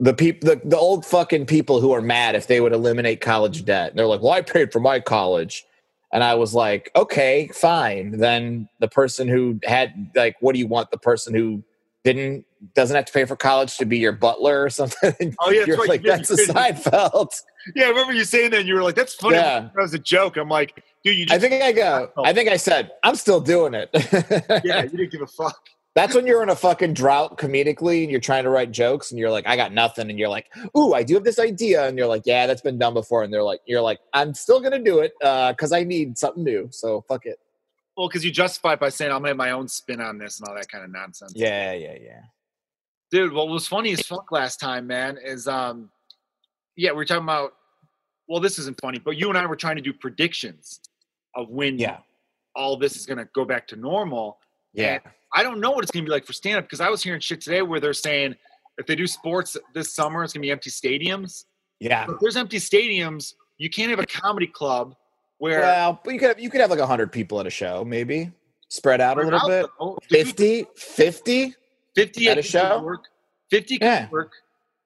Speaker 2: the people, the, the old fucking people who are mad if they would eliminate college debt. And they're like, "Well, I paid for my college," and I was like, "Okay, fine." Then the person who had like, "What do you want?" The person who didn't doesn't have to pay for college to be your butler or something.
Speaker 1: Oh, yeah, that's
Speaker 2: you're
Speaker 1: right.
Speaker 2: like,
Speaker 1: Yeah,
Speaker 2: "That's
Speaker 1: you
Speaker 2: a
Speaker 1: did.
Speaker 2: Seinfeld."
Speaker 1: Yeah, I remember you saying that. And you were like, "That's funny."
Speaker 2: Yeah.
Speaker 1: That was a joke. I'm like, dude, you just
Speaker 2: I think I go. I think I said, "I'm still doing it."
Speaker 1: yeah, you didn't give a fuck.
Speaker 2: That's when you're in a fucking drought comedically and you're trying to write jokes and you're like, I got nothing. And you're like, ooh, I do have this idea. And you're like, yeah, that's been done before. And they're like, you're like, I'm still going to do it because I need something new. So fuck it.
Speaker 1: Well, because you justify it by saying I'm gonna have my own spin on this and all that kind of nonsense.
Speaker 2: Yeah, yeah, yeah.
Speaker 1: dude. What was funny as fuck last time, man, is um, yeah, we were talking about. Well, this isn't funny, but you and I were trying to do predictions of when
Speaker 2: Yeah.
Speaker 1: all this is gonna go back to normal.
Speaker 2: Yeah.
Speaker 1: I don't know what it's going to be like for stand up because I was hearing shit today where they're saying if they do sports this summer, it's going to be empty stadiums.
Speaker 2: Yeah.
Speaker 1: But if there's empty stadiums, you can't have a comedy club where
Speaker 2: Well, but you could have, you could have like 100 people at a show, maybe spread out a little bit.
Speaker 1: Ronaldo- dude,
Speaker 2: 50, 50.
Speaker 1: 50
Speaker 2: at a
Speaker 1: could
Speaker 2: show?
Speaker 1: work. 50 could
Speaker 2: Yeah.
Speaker 1: work.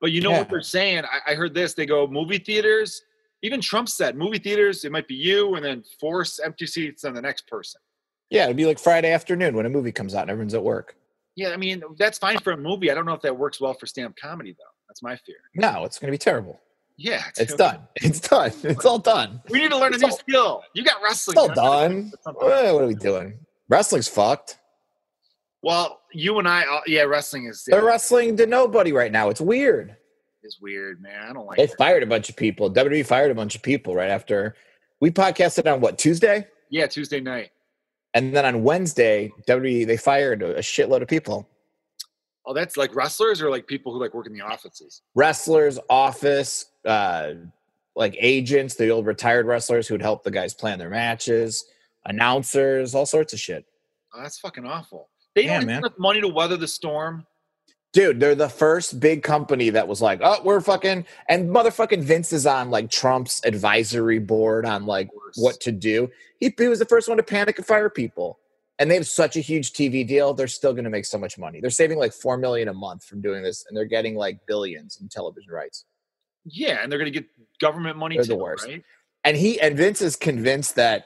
Speaker 1: But you know
Speaker 2: Yeah.
Speaker 1: what they're saying? I, I heard this. They go, movie theaters, even Trump said, movie theaters, it might be you and then force empty seats on the next person.
Speaker 2: Yeah. It'd be like Friday afternoon when a movie comes out and everyone's at work.
Speaker 1: Yeah, I mean, that's fine for a movie. I don't know if that works well for stand up comedy, though. That's my fear.
Speaker 2: No, it's going to be terrible.
Speaker 1: Yeah.
Speaker 2: It's
Speaker 1: dude.
Speaker 2: done. It's done. It's all done.
Speaker 1: We need to learn a
Speaker 2: It's
Speaker 1: new
Speaker 2: all-
Speaker 1: skill. You got wrestling.
Speaker 2: It's
Speaker 1: man. I
Speaker 2: all
Speaker 1: gotta
Speaker 2: done.
Speaker 1: think of something.
Speaker 2: Eh, What are we doing? Wrestling's fucked.
Speaker 1: Well, you and I, uh, yeah, wrestling is
Speaker 2: They're wrestling to nobody right now. It's weird.
Speaker 1: is weird, man. I don't like
Speaker 2: They
Speaker 1: it.
Speaker 2: fired a bunch of people. WWE fired a bunch of people right after we podcasted on what Tuesday,
Speaker 1: Yeah, Tuesday night.
Speaker 2: and then on Wednesday, WWE they fired a a shitload of people.
Speaker 1: Oh, that's like wrestlers or like people who like work in the offices.
Speaker 2: Wrestlers, office, uh, like agents, the old retired wrestlers who'd help the guys plan their matches, announcers, all sorts of shit.
Speaker 1: Oh, that's fucking awful. They
Speaker 2: Yeah,
Speaker 1: don't
Speaker 2: man.
Speaker 1: have enough money to weather the storm.
Speaker 2: Dude, they're the first big company that was like, oh, we're fucking, and motherfucking Vince is on like Trump's advisory board on like
Speaker 1: Worse.
Speaker 2: what to do. He, he was the first one to panic and fire people. And they have such a huge TV deal, they're still going to make so much money. They're saving like 4 million a month from doing this and they're getting like billions in television rights.
Speaker 1: Yeah, and they're gonna get government money.
Speaker 2: They're the
Speaker 1: too,
Speaker 2: worst.
Speaker 1: Right?
Speaker 2: And he and Vince is convinced that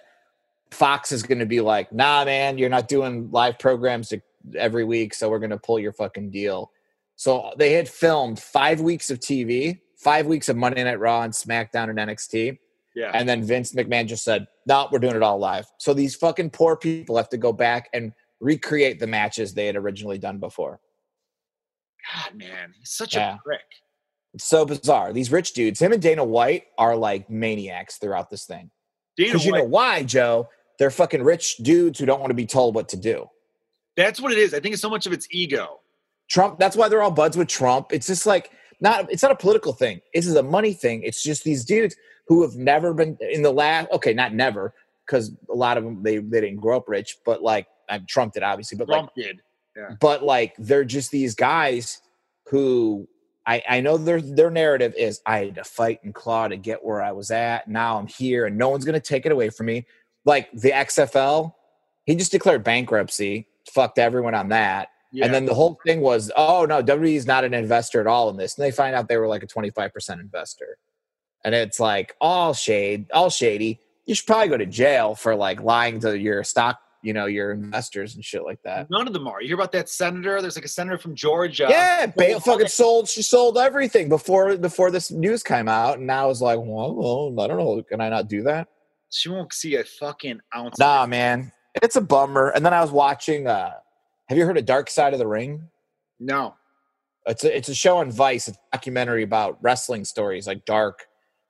Speaker 2: Fox is going to be like, "Nah, man, you're not doing live programs to- every week, so we're going to pull your fucking deal." So uh, they had filmed 5 weeks of TV, 5 weeks of Monday Night Raw and SmackDown and NXT.
Speaker 1: Yeah.
Speaker 2: And then Vince McMahon just said, "No, we're doing it all live." So these fucking poor people have to go back and recreate the matches they had originally done before.
Speaker 1: God, man, he's such
Speaker 2: Yeah.
Speaker 1: a prick.
Speaker 2: It's so bizarre. These rich dudes, him and Dana White, are like maniacs throughout this thing.
Speaker 1: Dana
Speaker 2: Because you know
Speaker 1: White.
Speaker 2: why, Joe? They're fucking rich dudes who don't want to be told what to do.
Speaker 1: That's what it is. I think it's so much of its ego.
Speaker 2: Trump. That's why they're all buds with Trump. It's just like not. It's not a political thing. This is a money thing. It's just these dudes who have never been in the last. Okay, not never, because a lot of them they they didn't grow up rich, but like I Trump did obviously, but like
Speaker 1: Trump did.
Speaker 2: but like they're just these guys who I, I know their their narrative is I had to fight and claw to get where I was at. Now I'm here, and no one's gonna take it away from me. Like the XFL, he just declared bankruptcy, fucked everyone on that.
Speaker 1: Yeah.
Speaker 2: And then the whole thing was, oh no, WWE is not an investor at all in this. And they find out they were like a 25% investor. And it's like all shade, all shady. You should probably go to jail for like lying to your stock, you know, your investors and shit like that.
Speaker 1: None of them are. You hear about that senator? There's like a senator from Georgia.
Speaker 2: Yeah, Bale fucking sold. She sold everything before before this news came out, and now it's like, well, well, I don't know, can I not do that?
Speaker 1: She won't see a fucking ounce. of
Speaker 2: Nah, man, it's a bummer. And then I was watching. uh Have you heard of Dark Side of the Ring?
Speaker 1: it. No.
Speaker 2: It's a, it's a show on Vice, a documentary about wrestling stories, like dark.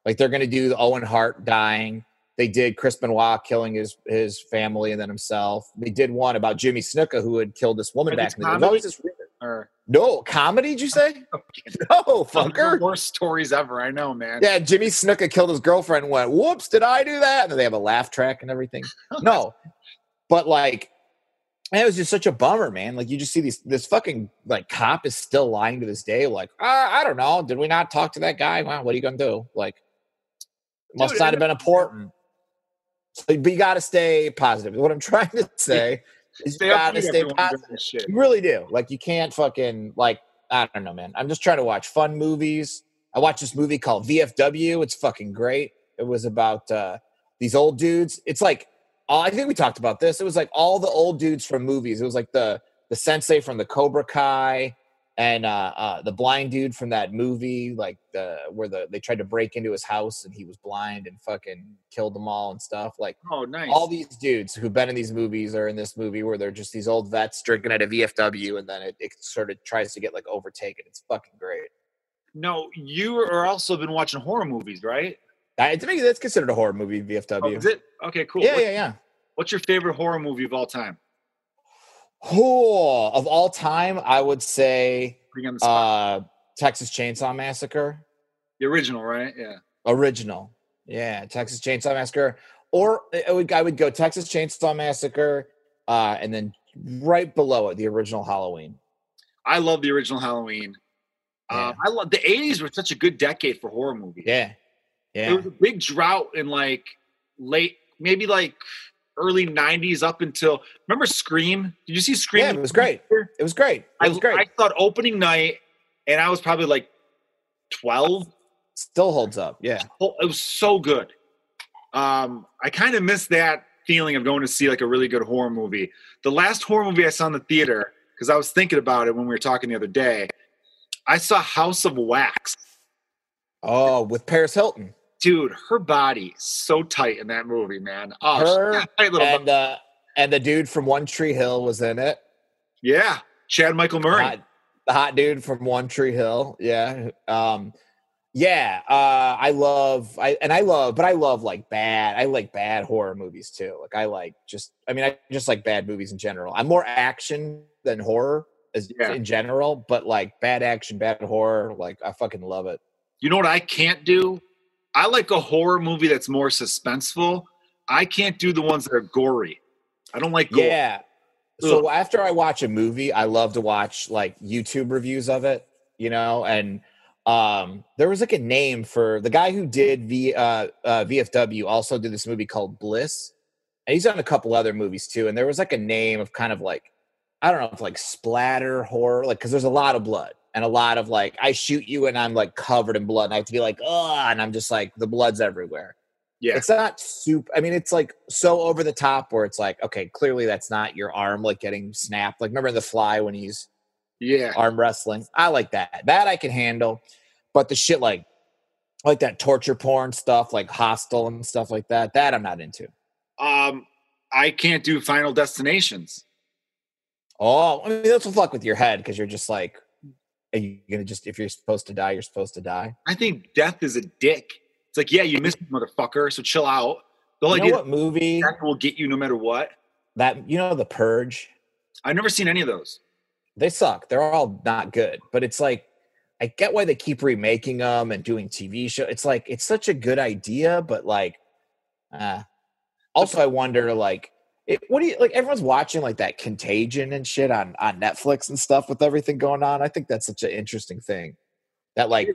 Speaker 2: Like they're gonna do the Owen Hart dying. They did Chris Benoit killing his his family and then himself. They did one about Jimmy Snuka who had killed this woman
Speaker 1: Are
Speaker 2: back
Speaker 1: these
Speaker 2: in the day. There's
Speaker 1: comedy?
Speaker 2: always this weird-
Speaker 1: Or
Speaker 2: No comedy, did you say? No,
Speaker 1: Some of the
Speaker 2: fucker.
Speaker 1: worst stories ever. I know, man.
Speaker 2: Yeah, Jimmy Snuka killed his girlfriend. And went, whoops, did I do that? And then they have a laugh track and everything. No, but like, and it was just such a bummer, man. Like, you just see these this fucking like cop is still lying to this day. Like, uh, I don't know, did we not talk to that guy? Wow, what are you gonna do? Like, must
Speaker 1: Dude,
Speaker 2: not have
Speaker 1: and-
Speaker 2: been important. So, but you gotta stay positive. Is What I'm trying to say is
Speaker 1: Stay
Speaker 2: you
Speaker 1: up
Speaker 2: gotta
Speaker 1: to
Speaker 2: stay
Speaker 1: everyone
Speaker 2: positive.
Speaker 1: doing this shit.
Speaker 2: You really do. Like you can't fucking like I don't know, man. I'm just trying to watch fun movies. I watched this movie called VFW. It's fucking great. It was about uh these old dudes. It's like all, I think we talked about this. It was like all the old dudes from movies. It was like the the sensei from the Cobra Kai and uh, uh the blind dude from that movie like the where the they tried to break into his house and he was blind and fucking killed them all and stuff like
Speaker 1: Oh, nice.
Speaker 2: all these dudes who've been in these movies or in this movie where they're just these old vets drinking at a VFW and then it, it sort of tries to get like overtaken. It's fucking great.
Speaker 1: no, you are also been watching horror movies, right?
Speaker 2: I, to me, that's considered a horror movie, VFW.
Speaker 1: Oh, is it? Okay, cool.
Speaker 2: Yeah,
Speaker 1: What-
Speaker 2: yeah, yeah.
Speaker 1: What's your favorite horror movie of all time?
Speaker 2: Oh, of all time, I would say
Speaker 1: Bring on the spot.
Speaker 2: uh, Texas Chainsaw Massacre,
Speaker 1: the original, right? Yeah.
Speaker 2: original. Yeah, Texas Chainsaw Massacre. Or I would, I would go Texas Chainsaw Massacre uh, and then right below it, the original Halloween.
Speaker 1: I love the original Halloween. Um, I love the '80s were such a good decade for horror movies.
Speaker 2: Yeah. Yeah.
Speaker 1: There was a big drought in like late, maybe like early '90s up until. Remember Scream? Did you see Scream?
Speaker 2: Yeah, it was great. It was great.
Speaker 1: I,
Speaker 2: It was great.
Speaker 1: I thought opening night, and I was probably like 12.
Speaker 2: still holds up. Yeah.
Speaker 1: Oh, It was so good. Um, I kind of miss that feeling of going to see like a really good horror movie. The last horror movie I saw in the theater, because I was thinking about it when we were talking the other day, I saw House of Wax.
Speaker 2: Oh, with Paris Hilton.
Speaker 1: Dude, her body so tight in that movie, man. Oh, she's
Speaker 2: Her
Speaker 1: got a tight little
Speaker 2: And uh and the dude from One Tree Hill was in it.
Speaker 1: Yeah, Chad Michael Murray.
Speaker 2: Hot, the hot dude from One Tree Hill. Yeah. Um yeah, uh I love I and I love but I love like bad I like bad horror movies too. Like I like just I mean I just like bad movies in general. I'm more action than horror as
Speaker 1: Yeah.
Speaker 2: in general, but like bad action, bad horror, like I fucking love it.
Speaker 1: You know what I can't do? I like a horror movie that's more suspenseful. I can't do the ones that are gory. I don't like gore.
Speaker 2: Yeah. So after I watch a movie, I love to watch like YouTube reviews of it, you know, and um there was like a name for the guy who did V uh, uh VFW also did this movie called Bliss. And he's done a couple other movies too, and there was like a name of kind of like I don't know if like splatter horror, like because there's a lot of blood and a lot of like I shoot you and I'm like covered in blood and I have to be like, oh, and I'm just like the blood's everywhere
Speaker 1: Yeah.
Speaker 2: it's not soup. I mean, it's like so over the top where it's like, okay, clearly that's not your arm like getting snapped. Like remember in the fly when he's
Speaker 1: Yeah.
Speaker 2: arm wrestling. I like that. That I can handle. But the shit like like that torture porn stuff, like hostile and stuff like that, that I'm not into.
Speaker 1: Um, I can't do Final Destinations.
Speaker 2: Oh, I mean that's will fuck with your head because you're just like are you gonna just if you're supposed to die, you're supposed to die.
Speaker 1: I think death is a dick. It's like, yeah, you missed me, motherfucker. So chill out. The whole
Speaker 2: you know
Speaker 1: idea
Speaker 2: what movie?
Speaker 1: that death will get you no matter what.
Speaker 2: That you know the purge?
Speaker 1: I've never seen any of those.
Speaker 2: they suck. They're all not good. But it's like I get why they keep remaking them and doing TV show. It's like it's such a good idea, but like, uh, also I wonder like, it, what do you like? Everyone's watching like that Contagion and shit on on Netflix and stuff with everything going on. I think that's such an interesting thing that like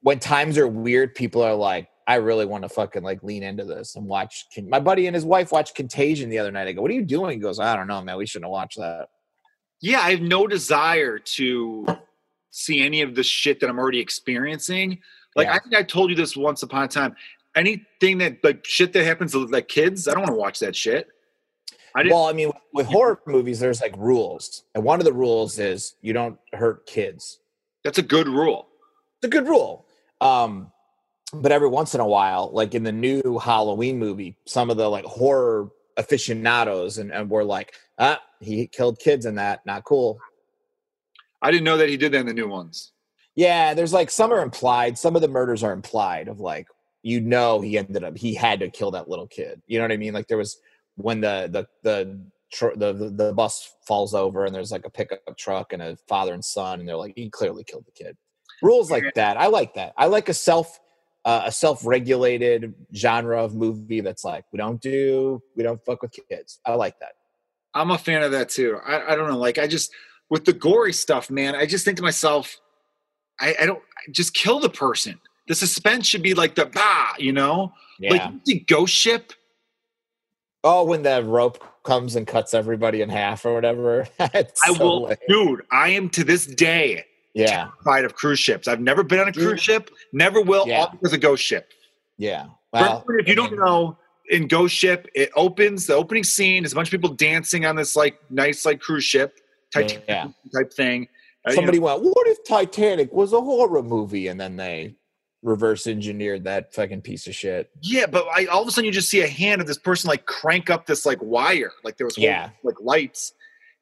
Speaker 2: when times are weird, people are like, I really want to fucking like lean into this and watch. Con- My buddy and his wife watched Contagion the other night. I go, what are you doing? He goes, I don't know, man. We shouldn't have watched that.
Speaker 1: yeah, I have no desire to see any of the shit that I'm already experiencing. Like
Speaker 2: Yeah.
Speaker 1: I think I told you this once upon a time. Anything that like shit that happens to like kids, I don't want to watch that shit. I didn't.
Speaker 2: Well, I mean, with horror movies, there's like rules, and one of the rules is you don't hurt kids.
Speaker 1: that's a good rule.
Speaker 2: It's a good rule. Um, but every once in a while, like in the new Halloween movie, some of the like horror aficionados and, and were like, ah, he killed kids in that, not cool.
Speaker 1: I didn't know that he did that in the new ones.
Speaker 2: Yeah, there's like some are implied. Some of the murders are implied of like you know he ended up he had to kill that little kid. You know what I mean? Like there was when the the the tr- the the, the bus falls over and there's like a pickup truck and a father and son and they're like he clearly killed the kid. Rules like that. I like that. I like a self uh, a self-regulated genre of movie that's like we don't do we don't fuck with kids. I like that.
Speaker 1: I'm a fan of that too. I, I don't know. Like I just with the gory stuff, man. I just think to myself, I, I don't just kill the person. The suspense should be like the bah, you know.
Speaker 2: Yeah.
Speaker 1: Like you see Ghost Ship,
Speaker 2: oh, when the rope comes and cuts everybody in half or whatever. It's
Speaker 1: I
Speaker 2: so
Speaker 1: will,
Speaker 2: lame.
Speaker 1: dude. I am to this day
Speaker 2: Yeah.
Speaker 1: terrified of cruise ships. I've never been on a cruise ship, never will.
Speaker 2: Yeah.
Speaker 1: All because of Ghost Ship.
Speaker 2: Yeah.
Speaker 1: Brentwood, if you
Speaker 2: I
Speaker 1: don't
Speaker 2: mean,
Speaker 1: know, in Ghost Ship, it opens the opening scene. is a bunch of people dancing on this like nice like cruise ship type
Speaker 2: Yeah.
Speaker 1: type thing. Uh, you know,
Speaker 2: somebody went, "What if Titanic was a horror movie?" And then they reverse engineered that fucking piece of shit.
Speaker 1: Yeah, but I, all of a sudden you just see a hand of this person like crank up this like wire, like there was whole-
Speaker 2: Yeah.
Speaker 1: like lights,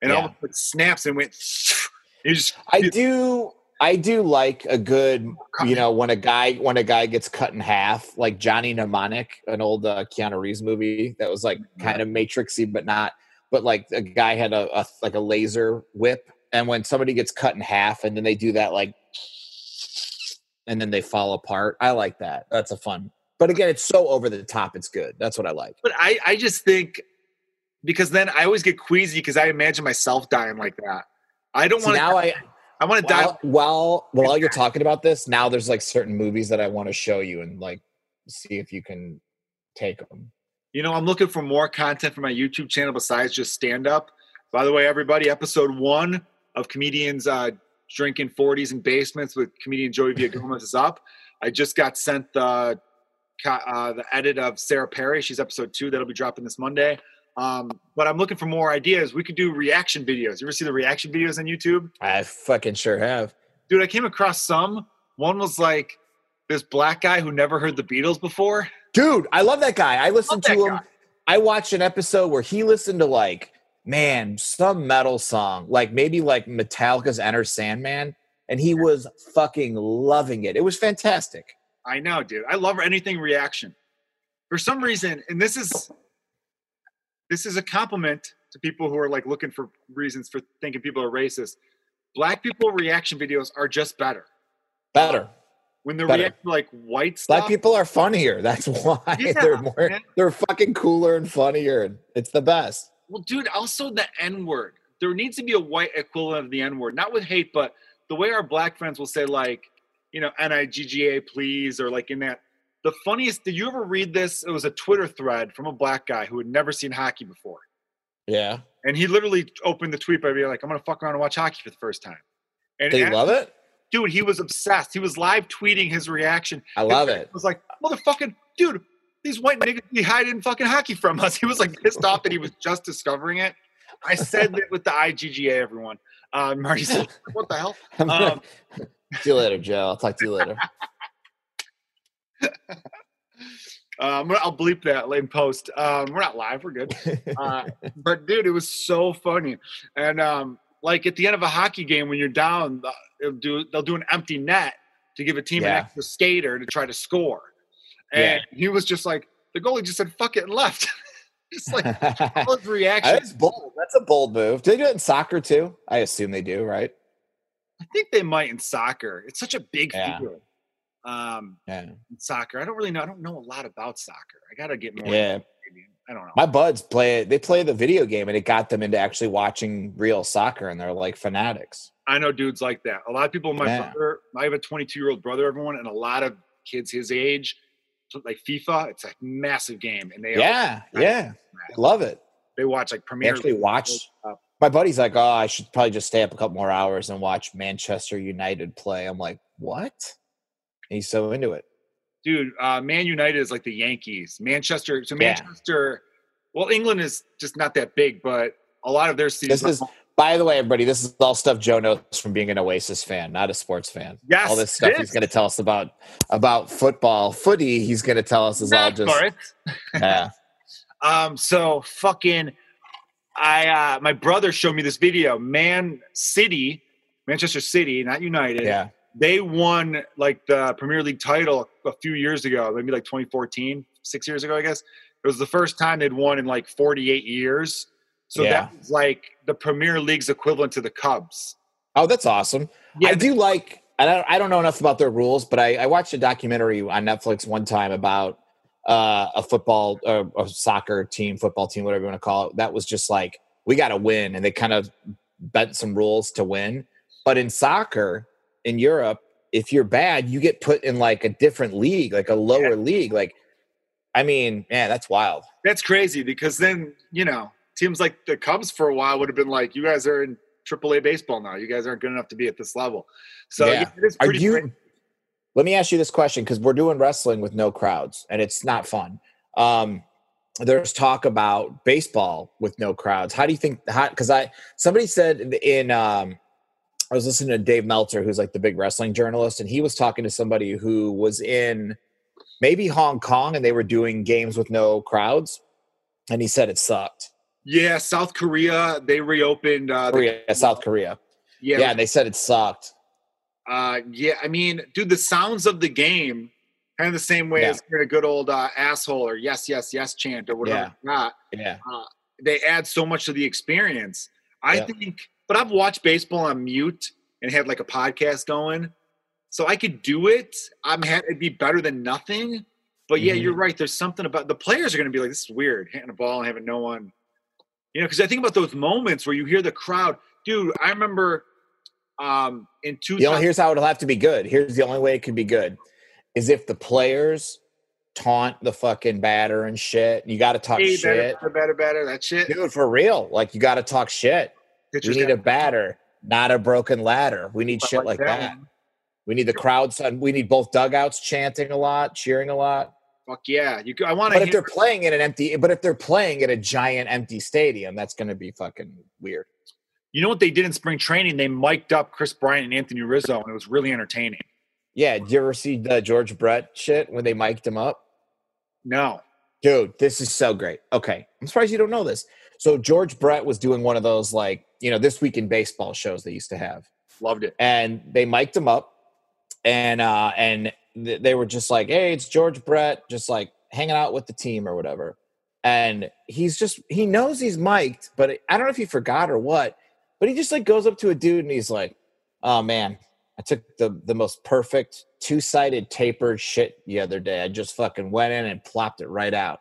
Speaker 1: and
Speaker 2: Yeah.
Speaker 1: all of it snaps and went. You just
Speaker 2: I do. I do like a good,
Speaker 1: Cut.
Speaker 2: you know, when a guy when a guy gets cut in half, like Johnny Mnemonic, an old uh, Keanu Reeves movie that was like kind of matrixy but not. But like a guy had a, a like a laser whip, and when somebody gets cut in half, and then they do that like, and then they fall apart. I like that. That's a fun. But again, it's so over the top. It's good. That's what I like.
Speaker 1: but I I just think because then I always get queasy because I imagine myself dying like that. I don't
Speaker 2: See,
Speaker 1: want to.
Speaker 2: now I
Speaker 1: I want to die.
Speaker 2: while, while while you're talking about this, now there's like certain movies that I want to show you and like see if you can take them.
Speaker 1: You know, I'm looking for more content for my YouTube channel besides just stand up. By the way, everybody, episode one of comedians uh, drinking 40s in basements with comedian Joey Villagomez is up. I just got sent the co- uh, the edit of Sarah Perry. She's episode two. That'll be dropping this Monday. Um, but I'm looking for more ideas. We could do reaction videos. You ever see the reaction videos on YouTube?
Speaker 2: I fucking sure have.
Speaker 1: Dude, I came across some. One was like this black guy who never heard the Beatles before.
Speaker 2: Dude, I love that guy. I listened
Speaker 1: Love
Speaker 2: to
Speaker 1: that
Speaker 2: him. I watched an episode where he listened to like, man, some metal song, like maybe like Metallica's Enter Sandman, and he was fucking loving it. It was fantastic.
Speaker 1: I know, dude. I love anything reaction. For some reason, and this is this is a compliment to people who are like looking for reasons for thinking people are racist. Black people reaction videos are just better
Speaker 2: Better.
Speaker 1: when they're
Speaker 2: Better.
Speaker 1: reacting to, like white stuff.
Speaker 2: Black people are funnier. That's why
Speaker 1: Yeah,
Speaker 2: they're more.
Speaker 1: man.
Speaker 2: They're fucking cooler and funnier. It's the best.
Speaker 1: Well, dude, also the N word. There needs to be a white equivalent of the N word, not with hate, but the way our black friends will say, like, you know, N I G G A, please, or like in that. The funniest, did you ever read this? It was a Twitter thread from a black guy who had never seen hockey before.
Speaker 2: Yeah.
Speaker 1: And he literally opened the tweet by being like, I'm going to fuck around and watch hockey for the first time. And,
Speaker 2: They
Speaker 1: and-
Speaker 2: love it?
Speaker 1: dude, he was obsessed. He was live tweeting his reaction.
Speaker 2: I love
Speaker 1: His-
Speaker 2: it.
Speaker 1: was like, motherfucking, dude, these white niggas be hiding fucking hockey from us. He was like pissed off that he was just discovering it. I said that with the IGGA, everyone. Uh, Marty said, what the hell?
Speaker 2: I'm gonna-
Speaker 1: Um,
Speaker 2: see you later, Joe. I'll talk to you later.
Speaker 1: Uh, I'm gonna- I'll bleep that late in post. Um, we're not live. We're good. Uh, but dude, it was so funny. And um, like at the end of a hockey game, when you're down, the- they'll do they'll do an empty net to give a team
Speaker 2: Yeah.
Speaker 1: an extra skater to try to score.
Speaker 2: Yeah.
Speaker 1: And he was just like, the goalie just said "fuck it" and left. just like all his reaction.
Speaker 2: That's bold. That's a bold move. Do they do it in soccer too? I assume they do, right?
Speaker 1: I think they might in soccer. It's such a big
Speaker 2: Yeah.
Speaker 1: field. Um,
Speaker 2: Yeah.
Speaker 1: in soccer. I don't really know. I don't know a lot about soccer. I gotta get more.
Speaker 2: Yeah.
Speaker 1: I don't know.
Speaker 2: My buds play they play the video game and it got them into actually watching real soccer and they're like fanatics.
Speaker 1: I know dudes like that. A lot of people, my
Speaker 2: Yeah.
Speaker 1: brother, I have a 22 year old brother, everyone, and a lot of kids his age, like FIFA, it's a massive game. And they,
Speaker 2: Yeah. Yeah.
Speaker 1: All,
Speaker 2: Love it.
Speaker 1: they watch like
Speaker 2: They
Speaker 1: Premier
Speaker 2: actually
Speaker 1: League,
Speaker 2: watch
Speaker 1: World Cup.
Speaker 2: my buddy's like, oh, I should probably just stay up a couple more hours and watch Manchester United play. I'm like, what? And he's so into it.
Speaker 1: dude. Uh, Man United is like the Yankees. Manchester, so
Speaker 2: Yeah.
Speaker 1: Manchester. Well, England is just not that big, but a lot of their
Speaker 2: This
Speaker 1: seasons.
Speaker 2: is, by the way, everybody, this is all stuff Joe knows from being an Oasis fan, not a sports fan.
Speaker 1: Yes,
Speaker 2: all this stuff
Speaker 1: it
Speaker 2: he's
Speaker 1: is.
Speaker 2: going to tell us about about football, footy. He's going to tell us is all
Speaker 1: That's
Speaker 2: just
Speaker 1: alright.
Speaker 2: yeah.
Speaker 1: Um, so fucking, I uh, my brother showed me this video. Man City, Manchester City, not United.
Speaker 2: yeah.
Speaker 1: They won like the Premier League title a few years ago, maybe like 2014, six years ago, I guess. It was the first time they'd won in like 48 years. So
Speaker 2: Yeah.
Speaker 1: that was like the Premier League's equivalent to the Cubs.
Speaker 2: Oh, that's awesome. I do like. I don't, I don't know enough about their rules, but I, I watched a documentary on Netflix one time about uh, a football, uh, a soccer team, football team, whatever you want to call it. That was just like we got to win, and they kind of bent some rules to win. But in soccer in Europe, if you're bad, you get put in like a different league, like a lower league. Like, I mean, man, that's wild.
Speaker 1: That's crazy because then, you know, teams like the Cubs for a while would have been like, you guys are in AAA baseball now. You guys aren't good enough to be at this level. So
Speaker 2: Yeah.
Speaker 1: yeah, it is
Speaker 2: Are
Speaker 1: pretty
Speaker 2: you?
Speaker 1: crazy.
Speaker 2: Let me ask you this question because we're doing wrestling with no crowds, and it's not fun. Um, there's talk about baseball with no crowds. How do you think? Because I somebody said in um, I was listening to Dave Meltzer, who's like the big wrestling journalist, and he was talking to somebody who was in maybe Hong Kong, and they were doing games with no crowds, and he said it sucked.
Speaker 1: Yeah, South Korea, they reopened. Uh, the-
Speaker 2: Korea, South Korea,
Speaker 1: yeah,
Speaker 2: yeah, and they said it sucked.
Speaker 1: Uh, yeah, I mean, dude, the sounds of the game, kind of the same way
Speaker 2: Yeah.
Speaker 1: as hearing a good old uh, asshole or yes, yes, yes chant or whatever.
Speaker 2: Yeah.
Speaker 1: it's Not
Speaker 2: Yeah,
Speaker 1: they add so much to the experience. I
Speaker 2: Yeah.
Speaker 1: think, but I've watched baseball on mute and had like a podcast going, so I could do it. I'm ha- it'd be better than nothing. But yeah,
Speaker 2: Mhm.
Speaker 1: you're right. There's something about the players are going to be like, this is weird, hitting a ball and having no one. You know, because I think about those moments where you hear the crowd, dude. I remember um in two.
Speaker 2: You know, here's how it'll have to be good. Here's the only way it could be good is if the players taunt the fucking batter and shit. You got to talk
Speaker 1: Hey,
Speaker 2: shit,
Speaker 1: better, better, better, better. That shit.
Speaker 2: dude, for real. Like you got to talk shit.
Speaker 1: Pitchers
Speaker 2: we need
Speaker 1: got-
Speaker 2: a batter, not a broken ladder. We need shit like that. We need the crowd. sun- We need both dugouts chanting a lot, cheering a lot.
Speaker 1: Fuck yeah! You, go- I want to.
Speaker 2: But if
Speaker 1: Hear,
Speaker 2: they're playing in an empty, but if they're playing in a giant empty stadium, that's going to be fucking weird.
Speaker 1: you know what they did in spring training? They mic'd up Chris Bryant and Anthony Rizzo, and it was really entertaining.
Speaker 2: Yeah, did you ever see the George Brett shit when they mic'd him up?
Speaker 1: No,
Speaker 2: Dude, this is so great. Okay. I'm surprised you don't know this. So George Brett was doing one of those like, you know, this week in baseball shows they used to have.
Speaker 1: loved it.
Speaker 2: And they mic'd him up and uh and th- they were just like, "Hey, it's George Brett just like hanging out with the team or whatever." And he's just he knows he's mic'd, but I don't know if he forgot or what, but he just like goes up to a dude and he's like, "Oh man, I took the the most perfect two-sided tapered shit the other day. I just fucking went in and plopped it right out."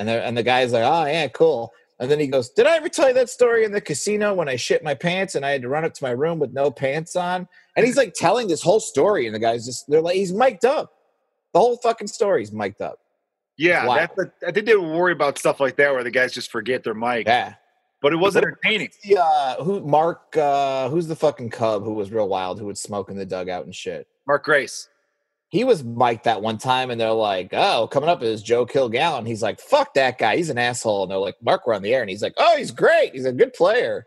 Speaker 2: And the, and the guy's like, oh, yeah, cool. And then he goes, Did I ever tell you that story in the casino when I shit my pants and I had to run up to my room with no pants on? And he's like telling this whole story, and the guy's just, they're like, He's mic'd up. The whole fucking story's mic'd up.
Speaker 1: Yeah,
Speaker 2: Wow.
Speaker 1: that's a, I think they worry about stuff like that where the guys just forget their mic.
Speaker 2: Yeah.
Speaker 1: But it was
Speaker 2: What-
Speaker 1: entertaining.
Speaker 2: The, uh, who, Mark, uh, who's the fucking cub who was real wild, who would smoke in the dugout and shit?
Speaker 1: Mark Grace.
Speaker 2: He was mic'd that one time, and they're like, Oh, coming up is Joe Kilgallen. He's like, Fuck that guy. He's an asshole. And they're like, Mark, we're on the air. And he's like, Oh, he's great. He's a good player.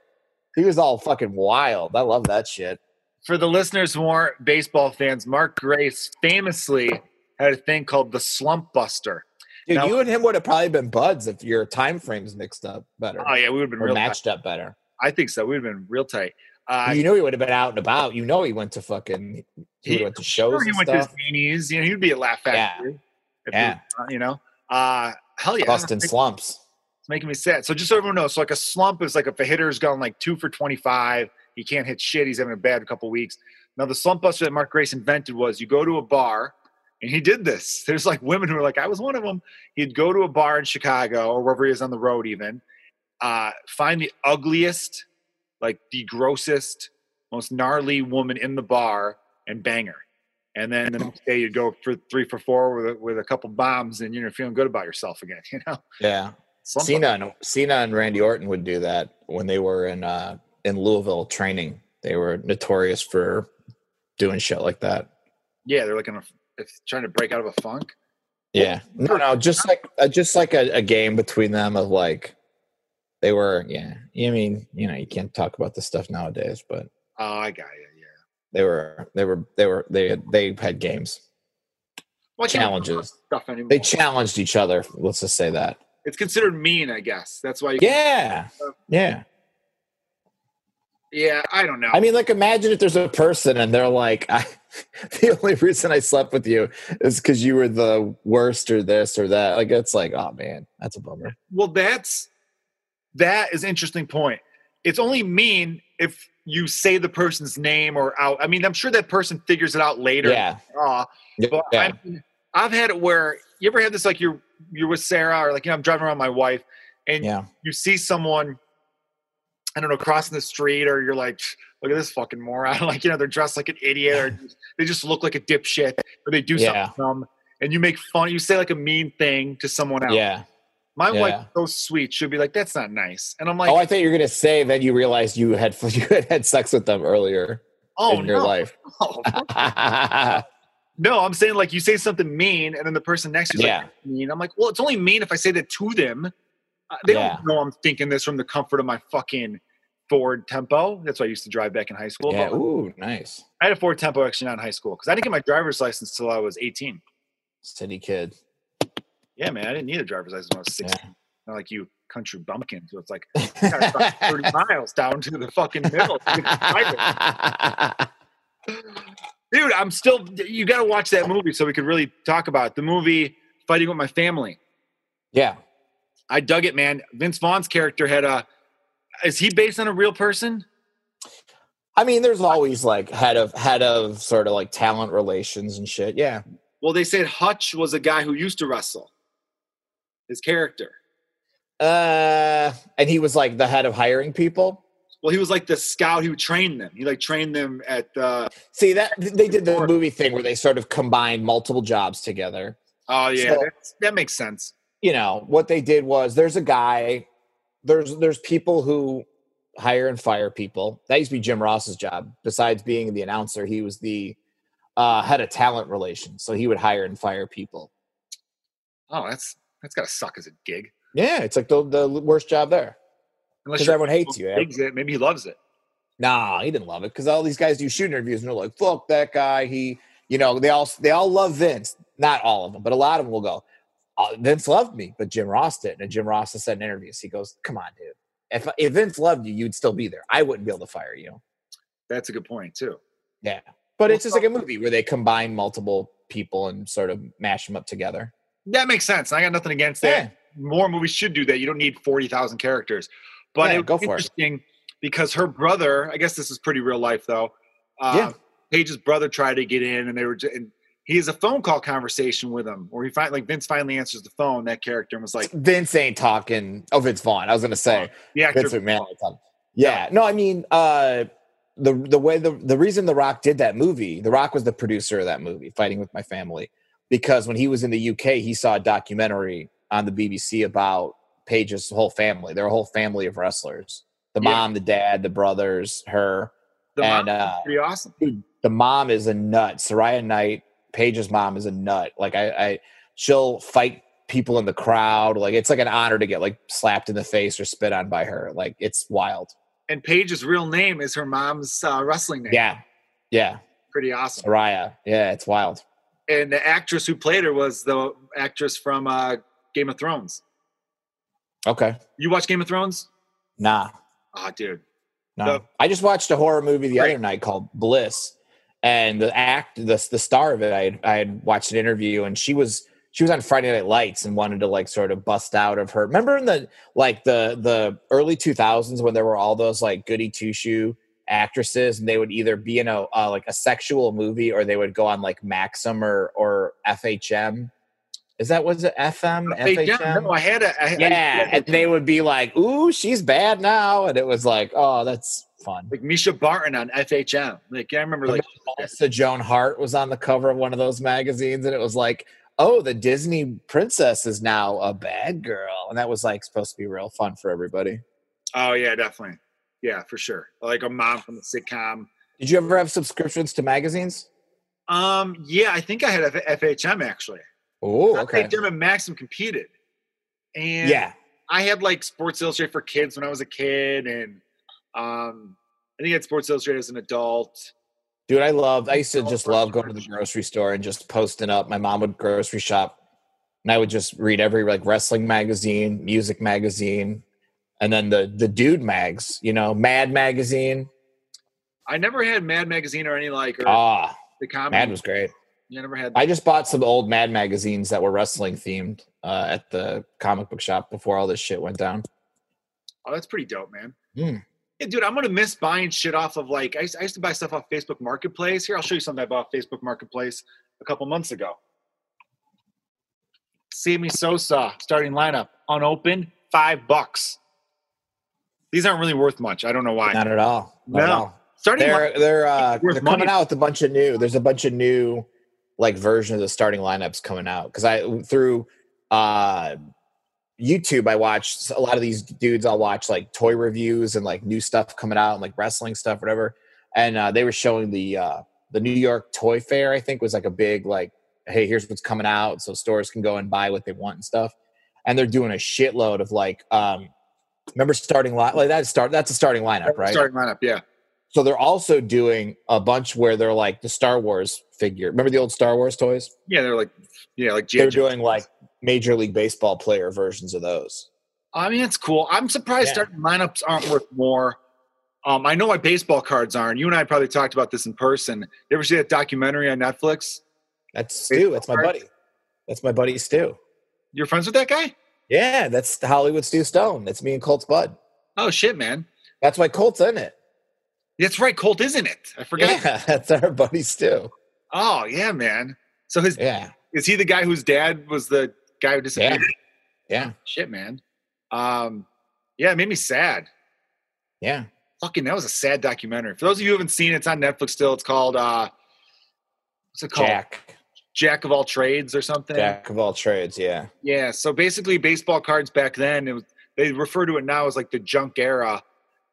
Speaker 2: He was all fucking wild. I love that shit.
Speaker 1: For the listeners who aren't baseball fans, Mark Grace famously had a thing called the Slump Buster.
Speaker 2: Dude,
Speaker 1: Now-
Speaker 2: you and him would have probably been buds if your time frames mixed up better
Speaker 1: Oh yeah, we would have been
Speaker 2: or
Speaker 1: real. Tight.
Speaker 2: matched up better.
Speaker 1: I think so. We would have been real tight. Uh,
Speaker 2: you know he would have been out and about. You know he went to fucking he,
Speaker 1: He-
Speaker 2: went to shows
Speaker 1: Sure, he
Speaker 2: and
Speaker 1: went to
Speaker 2: stuff.
Speaker 1: his beanies. You know, he'd be at Laugh
Speaker 2: Yeah.
Speaker 1: Factory. if he
Speaker 2: Yeah.
Speaker 1: was, you know, uh, hell yeah.
Speaker 2: Busting
Speaker 1: It's
Speaker 2: slumps.
Speaker 1: making me sad. So just so everyone knows, so like a slump is like if a hitter's gone like two for 25, he can't hit shit. He's having a bad couple weeks. Now the slump buster that Mark Grace invented was you go to a bar and he did this. There's like women who are like, I was one of them. He'd go to a bar in Chicago or wherever he is on the road, even uh, find the ugliest, like the grossest, most gnarly woman in the bar and bang her. And then the next day you'd go for three for four with a, with a couple bombs and you're feeling good about yourself again, you know?
Speaker 2: Yeah.
Speaker 1: Something.
Speaker 2: Cena and Cena and Randy Orton would do that when they were in uh, in Louisville training. They were notorious for doing shit like that.
Speaker 1: Yeah, they're like in a, if trying to break out of a funk.
Speaker 2: Yeah, no, no, just like uh, just like a, a game between them of like they were. Yeah, I mean, you know, you can't talk about this stuff nowadays, but
Speaker 1: Oh, I got you. Yeah.
Speaker 2: they were they were they were they had, they had games.
Speaker 1: Well, I can't remember
Speaker 2: Challenges.
Speaker 1: stuff anymore.
Speaker 2: They challenged each other. Let's just say that.
Speaker 1: it's considered mean, I guess. That's why. You
Speaker 2: Yeah, yeah.
Speaker 1: yeah. I don't know.
Speaker 2: I mean, like, imagine if there's a person and they're like, I, the only reason I slept with you is because you were the worst or this or that. Like, it's like, oh man, that's a bummer.
Speaker 1: well, that's that is an interesting point. It's only mean if you say the person's name or out. I mean, I'm sure that person figures it out later.
Speaker 2: Yeah.
Speaker 1: Aw, But
Speaker 2: yeah.
Speaker 1: I mean, I've had it where you ever had this like you're you're with Sarah or like you know I'm driving around with my wife and
Speaker 2: yeah.
Speaker 1: you see someone I don't know crossing the street or you're like look at this fucking moron like you know they're dressed like an idiot or they just look like a dipshit or they do
Speaker 2: Yeah.
Speaker 1: something dumb and you make fun you say like a mean thing to someone else.
Speaker 2: Yeah.
Speaker 1: My wife
Speaker 2: Yeah.
Speaker 1: is so sweet she'll be like that's not nice and I'm like
Speaker 2: Oh,
Speaker 1: oh,
Speaker 2: I thought you were gonna say then you realized you had you had had sex with them earlier in your
Speaker 1: Oh, no Oh,
Speaker 2: life.
Speaker 1: no.
Speaker 2: yeah.
Speaker 1: no I'm saying like you say something mean and then the person next to you is like
Speaker 2: Yeah.
Speaker 1: mean. I'm like, well, it's only mean if I say that to them. Uh, they
Speaker 2: Yeah.
Speaker 1: don't know I'm thinking this from the comfort of my fucking Ford Tempo. That's what I used to drive back in high school. But
Speaker 2: Ooh, nice.
Speaker 1: I had a Ford Tempo actually not in high school because I didn't get my driver's license till I was 18.
Speaker 2: City kid.
Speaker 1: Yeah, man, I didn't need a driver's license when I was 16. Not like you country bumpkin. So it's like I gotta drive 30 miles down to the fucking middle. to get the highway. Dude, I'm still. You got to watch that movie so we could really talk about it. the movie "Fighting with My Family."
Speaker 2: yeah.
Speaker 1: I dug it, man. Vince Vaughn's character had a. Is he based on a real person?
Speaker 2: I mean, there's always like head of head of sort of like talent relations and shit. Yeah.
Speaker 1: Well, they said Hutch was a guy who used to wrestle. His character.
Speaker 2: Uh, and he was like the head of hiring people.
Speaker 1: Well, he was like the scout who trained them. He like trained them at uh, the.
Speaker 2: See that they did the movie thing where they sort of combined multiple jobs together.
Speaker 1: Oh yeah,
Speaker 2: So-
Speaker 1: that's, that makes sense.
Speaker 2: You know what they did was there's a guy, there's there's people who hire and fire people. That used to be Jim Ross's job. Besides being the announcer, he was the uh, head of talent relations, so he would hire and fire people.
Speaker 1: Oh, that's that's gotta suck as a gig.
Speaker 2: Yeah, it's like the, the worst job there
Speaker 1: Unless
Speaker 2: because
Speaker 1: you're-
Speaker 2: everyone hates you.
Speaker 1: digs it, maybe he loves it.
Speaker 2: Nah, he didn't love it because all these guys do shoot interviews and they're like, "Fuck that guy." He, you know, they all they all love Vince. Not all of them, but a lot of them will go. "Oh, Vince loved me, but Jim Ross didn't. And Jim Ross has said in interviews, he goes, "Come on, dude. If if Vince loved you, you'd still be there. I wouldn't be able to fire you."
Speaker 1: That's a good point too.
Speaker 2: But it's just like a movie where they combine multiple people and sort of mash them up together. Eh,
Speaker 1: That makes sense. I got nothing against that.
Speaker 2: Yeah,
Speaker 1: More movies should do that. You don't need forty thousand characters. But
Speaker 2: Yeah,
Speaker 1: it was
Speaker 2: go for it.
Speaker 1: interesting because her brother, I guess this is pretty real life though. Uh,
Speaker 2: Yeah.
Speaker 1: Paige's brother tried to get in, and they were. Just, and he has a phone call conversation with him, where he finally, like Vince finally answers the phone. That character and was like,
Speaker 2: Vince ain't talking. Oh, Vince Vaughn. I was gonna say.
Speaker 1: "The actor,
Speaker 2: Vince McMahon. Yeah. No, I mean, uh, the the way the the reason The Rock did that movie, The Rock was the producer of that movie, Fighting with My Family, because when he was in the UK, he saw a documentary on the BBC about Paige's whole family. Their whole family of wrestlers: the
Speaker 1: Yeah.
Speaker 2: mom, the dad, the brothers, her,
Speaker 1: the
Speaker 2: and
Speaker 1: mom
Speaker 2: uh,
Speaker 1: pretty awesome."
Speaker 2: dude, the mom is a nut. Soraya Knight, Paige's mom is a nut. Like I, I she'll fight people in the crowd. Like it's like an honor to get like slapped in the face or spit on by her. Like it's wild.
Speaker 1: And Paige's real name is her mom's uh, wrestling name.
Speaker 2: Yeah. Yeah.
Speaker 1: pretty awesome.
Speaker 2: Soraya. Yeah, it's wild.
Speaker 1: and the actress who played her was the actress from uh, Game of Thrones.
Speaker 2: Okay.
Speaker 1: You watch Game of Thrones?
Speaker 2: Nah.
Speaker 1: Ah, dude.
Speaker 2: No.
Speaker 1: The-
Speaker 2: I just watched a horror movie the
Speaker 1: Right.
Speaker 2: other night called Bliss. And the act the the star of it, I had I had watched an interview and she was she was on Friday Night Lights and wanted to like sort of bust out of her. Remember in the like the the early two thousands when there were all those like goody two shoe actresses and they would either be in a uh, like a sexual movie or they would go on like Maxim or or FHM. Is that was it FM
Speaker 1: They don't. No, I had a. I, I-
Speaker 2: yeah, and they would be like, "Ooh, she's bad now," and it was like, "Oh, that's fun."
Speaker 1: like Misha Barton on FHM. Like I remember, like
Speaker 2: Melissa Joan Hart was on the cover of one of those magazines, and it was like, "Oh, the Disney princess is now a bad girl," and that was like supposed to be real fun for everybody.
Speaker 1: Oh yeah, definitely. Yeah, for sure. Like a mom from the sitcom.
Speaker 2: Did you ever have subscriptions to magazines?
Speaker 1: Um, yeah, I think I had F- FHM actually.
Speaker 2: Oh, okay.
Speaker 1: FHM and Maxim competed, and
Speaker 2: Yeah,
Speaker 1: I had like Sports Illustrated for kids when I was a kid, and um, I think I had Sports Illustrated as an adult.
Speaker 2: dude, I loved. I used to just love going to the grocery store and just posting up. My mom would grocery shop, and I would just read every like wrestling magazine, music magazine, and then the the dude mags. You know, Mad magazine.
Speaker 1: I never had Mad Magazine or any like or
Speaker 2: Ah,
Speaker 1: the comedy.
Speaker 2: Mad was great.
Speaker 1: Yeah, I never had.
Speaker 2: I just bought some old Mad magazines that were wrestling themed uh, at the comic book shop before all this shit went down.
Speaker 1: oh, that's pretty dope, man.
Speaker 2: Mm.
Speaker 1: Yeah, dude, I'm gonna miss buying shit off of like I used, I used to buy stuff off Facebook Marketplace. Here, I'll show you something I bought off Facebook Marketplace a couple months ago. Sammy Sosa starting lineup unopened, five bucks. These aren't really worth much. I don't know why.
Speaker 2: Not at all. Not at
Speaker 1: No.
Speaker 2: all.
Speaker 1: starting lineup,
Speaker 2: They're they're uh,
Speaker 1: worth
Speaker 2: they're coming
Speaker 1: money.
Speaker 2: out with a bunch of new. There's a bunch of new like version of the starting lineups coming out because I through uh, YouTube I watch a lot of these dudes. I'll watch like toy reviews and like new stuff coming out and like wrestling stuff, whatever. And uh, they were showing the uh, the New York Toy Fair. I think was like a big like, hey, here's what's coming out, so stores can go and buy what they want and stuff. And they're doing a shitload of like, um, remember starting lot like that start. That's a starting lineup, right?
Speaker 1: starting lineup, yeah.
Speaker 2: So they're also doing a bunch where they're like the Star Wars figure. Remember the old Star Wars toys?
Speaker 1: Yeah, they're like, yeah, like
Speaker 2: They're
Speaker 1: G.I. Joe.
Speaker 2: doing like Major League Baseball player versions of those.
Speaker 1: I mean, it's cool. I'm surprised
Speaker 2: Yeah.
Speaker 1: starting lineups aren't worth more. Um, I know why baseball cards aren't. You and I probably talked about this in person. You ever see that documentary on Netflix?
Speaker 2: That's Stu. That's my buddy. That's my buddy Stu.
Speaker 1: You're friends with that guy?
Speaker 2: Yeah, that's the Hollywood Stu Stone. That's me and Colt's bud.
Speaker 1: Oh shit, man.
Speaker 2: That's why Colt's in it.
Speaker 1: That's right, Colt, isn't it? I forgot.
Speaker 2: Yeah, that's our buddy Stu.
Speaker 1: Oh yeah, man. So his
Speaker 2: Yeah,
Speaker 1: is he the guy whose dad was the guy who disappeared?
Speaker 2: yeah,
Speaker 1: Shit, man. Um, yeah, it made me sad.
Speaker 2: yeah.
Speaker 1: Fucking, that was a sad documentary. For those of you who haven't seen it, it's on Netflix still. It's called uh, what's it called?
Speaker 2: Jack,
Speaker 1: Jack of all trades or something.
Speaker 2: Jack of all trades. Yeah,
Speaker 1: Yeah. So basically, baseball cards back then, it was, they refer to it now as like the junk era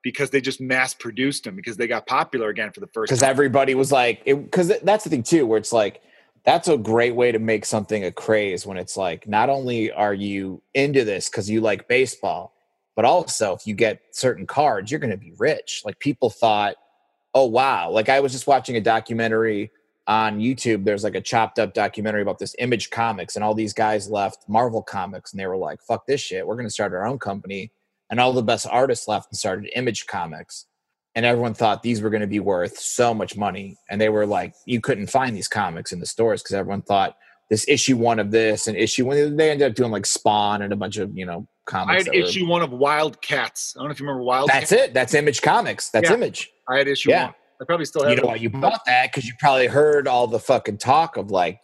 Speaker 1: because they just mass produced them because they got popular again for the first
Speaker 2: because
Speaker 1: time.
Speaker 2: everybody was like, because that's the thing too, where it's like, that's a great way to make something a craze when it's like, not only are you into this because you like baseball, but also if you get certain cards, you're going to be rich. Like people thought, oh wow, like I was just watching a documentary on YouTube. There's like a chopped up documentary about this Image Comics, and all these guys left Marvel Comics, and they were like, fuck this shit, we're going to start our own company. And all the best artists left and started Image Comics and everyone thought these were going to be worth so much money and they were like you couldn't find these comics in the stores because everyone thought this issue one of this and issue one they ended up doing like spawn and a bunch of you know
Speaker 1: I
Speaker 2: comics
Speaker 1: had
Speaker 2: that were-
Speaker 1: issue one of Wildcats. I don't know if you remember Wildcats.
Speaker 2: that's it that's image comics that's
Speaker 1: Yeah.
Speaker 2: image
Speaker 1: I had issue
Speaker 2: Yeah.
Speaker 1: one. I probably still have
Speaker 2: you
Speaker 1: it.
Speaker 2: know why you bought that because you probably heard all the fucking talk of like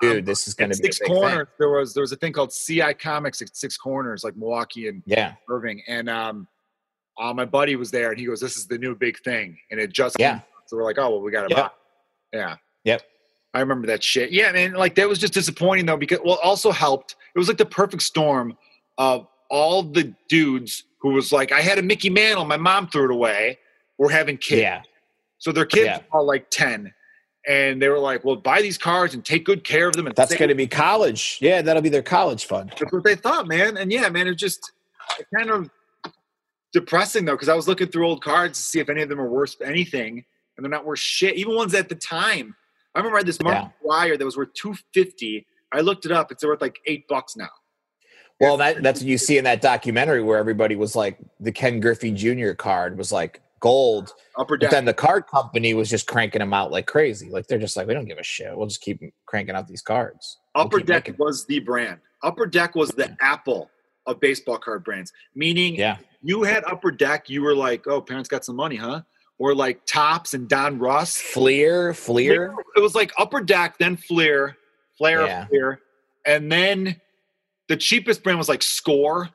Speaker 2: dude this is going
Speaker 1: At
Speaker 2: to be a
Speaker 1: Six
Speaker 2: big thing.
Speaker 1: Corners, there was there was a thing called CI Comics at Six Corners, like Milwaukee and
Speaker 2: yeah
Speaker 1: Irving, and um, uh, my buddy was there, and he goes, "This is the new big thing," and it just
Speaker 2: Yeah.
Speaker 1: came. So we're like, "Oh well, we got to
Speaker 2: Yep.
Speaker 1: buy." it." Yeah.
Speaker 2: Yep.
Speaker 1: I remember that shit. Yeah, man. Like that was just disappointing though, because well, also helped. It was like the perfect storm of all the dudes who was like, "I had a Mickey Mantle, my mom threw it away." We're having kids.
Speaker 2: yeah
Speaker 1: So their kids
Speaker 2: Yeah.
Speaker 1: are like 10. And they were like, well, buy these cards and take good care of them. And
Speaker 2: that's
Speaker 1: save
Speaker 2: going to be college yeah that'll be their college fund
Speaker 1: that's what they thought, man. And yeah, man, it's just it's kind of depressing though, because I was looking through old cards to see if any of them are worth anything, and they're not worth shit. Even ones at the time. I remember I had this Mark
Speaker 2: Yeah.
Speaker 1: Wire that was worth two fifty. I looked it up; it's worth like eight bucks now.
Speaker 2: Well, that that's what you see in that documentary where everybody was like the Ken Griffey Jr. card was like gold,
Speaker 1: Upper
Speaker 2: but
Speaker 1: deck.
Speaker 2: then the card company was just cranking them out like crazy. Like they're just like, we don't give a shit. We'll just keep cranking out these cards. We'll
Speaker 1: Upper
Speaker 2: keep
Speaker 1: Deck
Speaker 2: making-
Speaker 1: was the brand. Upper Deck was the Apple of baseball card brands. Meaning,
Speaker 2: Yeah,
Speaker 1: you had Upper Deck, you were like, "Oh, parents got some money, huh?" Or like Tops and Don Ross.
Speaker 2: Fleer, Fleer.
Speaker 1: It was like upper deck, then Fleer, Flair,
Speaker 2: Yeah.
Speaker 1: Fleer, and then the cheapest brand was like Score,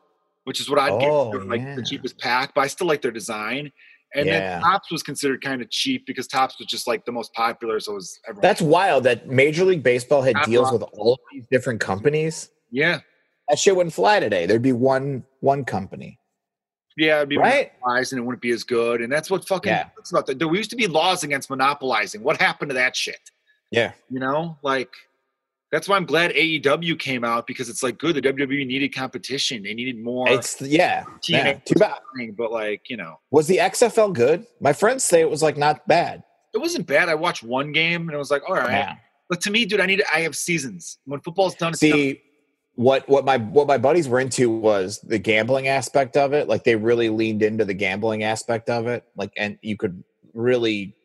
Speaker 1: which is what I'd
Speaker 2: Oh,
Speaker 1: get, they're, like
Speaker 2: yeah.
Speaker 1: the cheapest pack. But I still like their design. And
Speaker 2: Yeah.
Speaker 1: then Tops was considered kind of cheap because Tops was just like the most popular, so it was everyone.
Speaker 2: That's wild that Major League Baseball had
Speaker 1: Not
Speaker 2: deals
Speaker 1: wrong.
Speaker 2: with all these different companies.
Speaker 1: yeah,
Speaker 2: That shit wouldn't fly today. There'd be one one company.
Speaker 1: Yeah, it'd be
Speaker 2: Right?
Speaker 1: monopolized and it wouldn't be as good. And that's what fucking
Speaker 2: Yeah.
Speaker 1: sucks about that. There used to be laws against monopolizing. What happened to that shit?
Speaker 2: Yeah.
Speaker 1: You know, like that's why I'm glad AEW came out because it's like good. The WWE needed competition. They needed more
Speaker 2: It's yeah.
Speaker 1: TNA
Speaker 2: yeah. Too bad.
Speaker 1: thing, but like you know,
Speaker 2: Was the XFL good? My friends say it was like not bad.
Speaker 1: it wasn't bad. I watched one game and it was like, all right.
Speaker 2: Yeah.
Speaker 1: But to me, dude, I need I have seasons. When football's done, it's done.
Speaker 2: See what what my what my buddies were into was the gambling aspect of it. Like they really leaned into the gambling aspect of it. Like and you could really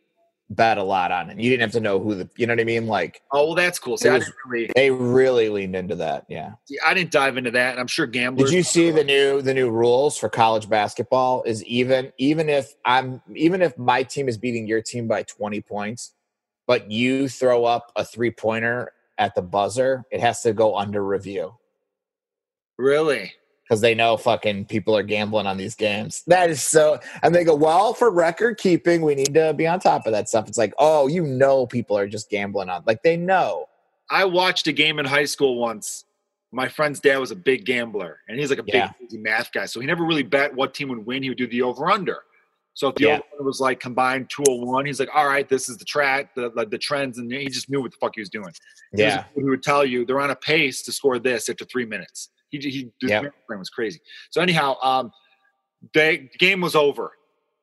Speaker 2: bet a lot on it. You didn't have to know who the you know what I mean? Like
Speaker 1: oh well, that's cool. See, I
Speaker 2: was-
Speaker 1: didn't really,
Speaker 2: they really leaned into that. Yeah.
Speaker 1: see, I didn't dive into that. And I'm sure gamblers.
Speaker 2: Did you see the new the new rules for college basketball? Is even even if I'm even if my team is beating your team by 20 points, but you throw up a three pointer at the buzzer, it has to go under review
Speaker 1: really?
Speaker 2: because they know fucking people are gambling on these games. That is so, and they go well for record keeping. We need to be on top of that stuff. It's like oh, you know, people are just gambling on like they know.
Speaker 1: I watched a game in high school once. My friend's dad was a big gambler, and he's like a
Speaker 2: Yeah.
Speaker 1: big crazy math guy. So he never really bet what team would win. He would do the over under. So if the
Speaker 2: Yeah.
Speaker 1: over under was like combined 201, he's like, all right, this is the track, the, like the trends. And he just knew what the fuck he was doing. He was
Speaker 2: Yeah,
Speaker 1: a dude who would tell you they're on a pace to score this after three minutes. He, he the
Speaker 2: Yep.
Speaker 1: program was crazy. So anyhow, um, they the game was over.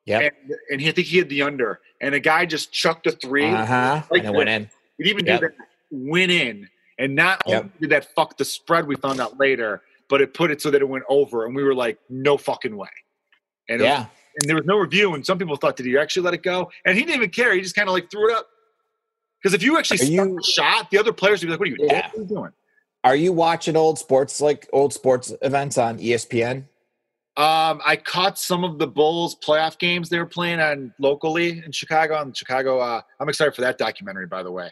Speaker 2: Yep.
Speaker 1: And, and he, I think he had the under, and a guy just chucked a three.
Speaker 2: uh huh, and it went in.
Speaker 1: It even
Speaker 2: Yep.
Speaker 1: did that win in, and not
Speaker 2: Yep.
Speaker 1: only did that fuck the spread, we found out later, but it put it so that it went over, and we were like, no fucking way. And, it was-
Speaker 2: Yeah,
Speaker 1: and there was no review, and some people thought, did he actually let it go? And he didn't even care. He just kind of like threw it up. Because if you actually
Speaker 2: Are
Speaker 1: stuck
Speaker 2: you-
Speaker 1: the shot, the other players would be like, what are you, doing?
Speaker 2: Yeah.
Speaker 1: what are you doing?
Speaker 2: are you watching old sports like old sports events on E ESPN?
Speaker 1: Um, I caught some of the Bulls playoff games they were playing on locally in Chicago. On Chicago, uh, I'm excited for that documentary, by the way.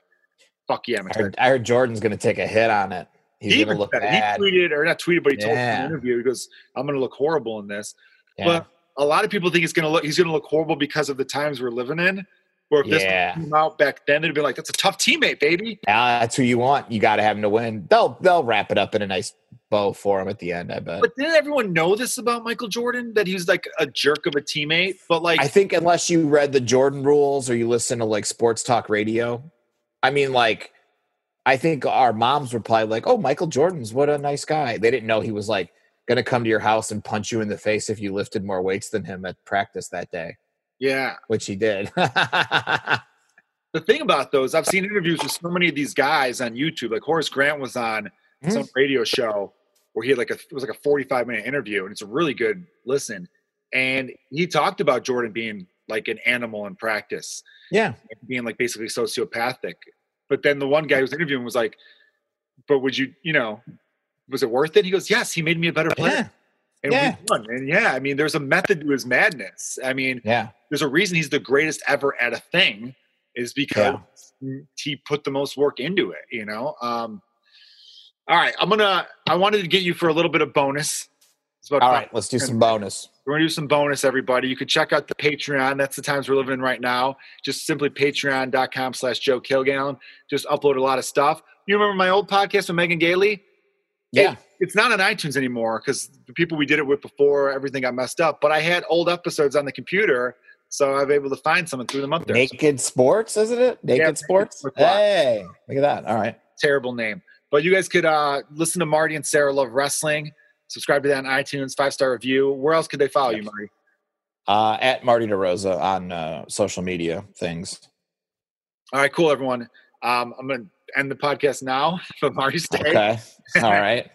Speaker 1: Fuck yeah, I'm
Speaker 2: I
Speaker 1: excited.
Speaker 2: heard, I heard Jordan's going to take a hit on it. He's
Speaker 1: he
Speaker 2: going to look
Speaker 1: said it.
Speaker 2: bad.
Speaker 1: He tweeted or not tweeted, but he told me in
Speaker 2: Yeah.
Speaker 1: an interview he goes, "I'm going to look horrible in this."
Speaker 2: yeah.
Speaker 1: But a lot of people think he's going to look he's going to look horrible because of the times we're living in. Where if this
Speaker 2: Yeah.
Speaker 1: came out back then, they'd be like, "That's a tough teammate, baby."
Speaker 2: Now that's who you want. You got to have him to win. They'll they'll wrap it up in a nice bow for him at the end. I bet.
Speaker 1: But didn't everyone know this about Michael Jordan that he was like a jerk of a teammate? But like,
Speaker 2: I think unless you read the Jordan rules or you listen to like sports talk radio, I mean, like, I think our moms were probably like, "Oh, Michael Jordan's what a nice guy." They didn't know he was like going to come to your house and punch you in the face if you lifted more weights than him at practice that day,
Speaker 1: yeah.
Speaker 2: which he did.
Speaker 1: The thing about those, I've seen interviews with so many of these guys on YouTube. Like Horace Grant was on
Speaker 2: Hmm.
Speaker 1: some radio show where he had like a it was like a 45 minute interview and it's a really good listen and he talked about jordan being like an animal in practice
Speaker 2: yeah,
Speaker 1: being like basically sociopathic but then the one guy who was interviewing was like but would you you know was it worth it he goes yes he made me a better player
Speaker 2: yeah,
Speaker 1: and
Speaker 2: yeah.
Speaker 1: we won and yeah i mean there's a method to his madness i mean
Speaker 2: yeah.
Speaker 1: there's a reason he's the greatest ever at a thing is because he put the most work into it you know um all right i'm gonna i wanted to get you for a little bit of bonus it's about
Speaker 2: All
Speaker 1: five-
Speaker 2: right, let's do some bonus.
Speaker 1: we're gonna do some bonus everybody you can check out the patreon that's the times we're living in right now just simply patreon.com slash joe kilgallen just upload a lot of stuff you remember my old podcast with megan gailey
Speaker 2: Yeah,
Speaker 1: it's not on iTunes anymore because the people we did it with before everything got messed up. But I had old episodes on the computer, so I was able to find some and threw them up there.
Speaker 2: Naked Sports, isn't it? Naked
Speaker 1: Naked
Speaker 2: Sports.
Speaker 1: Sports Live.
Speaker 2: Hey, look at that. All right.
Speaker 1: Terrible name, but you guys could uh, listen to Marty and Sarah Love Wrestling. Subscribe to that on iTunes, five star review. Where else could they follow you, Marty?
Speaker 2: Uh, at Marty DeRosa on uh, social media things.
Speaker 1: All right, cool, everyone. Um, I'm gonna end the podcast now, but Marty, stay.
Speaker 2: Okay. All right.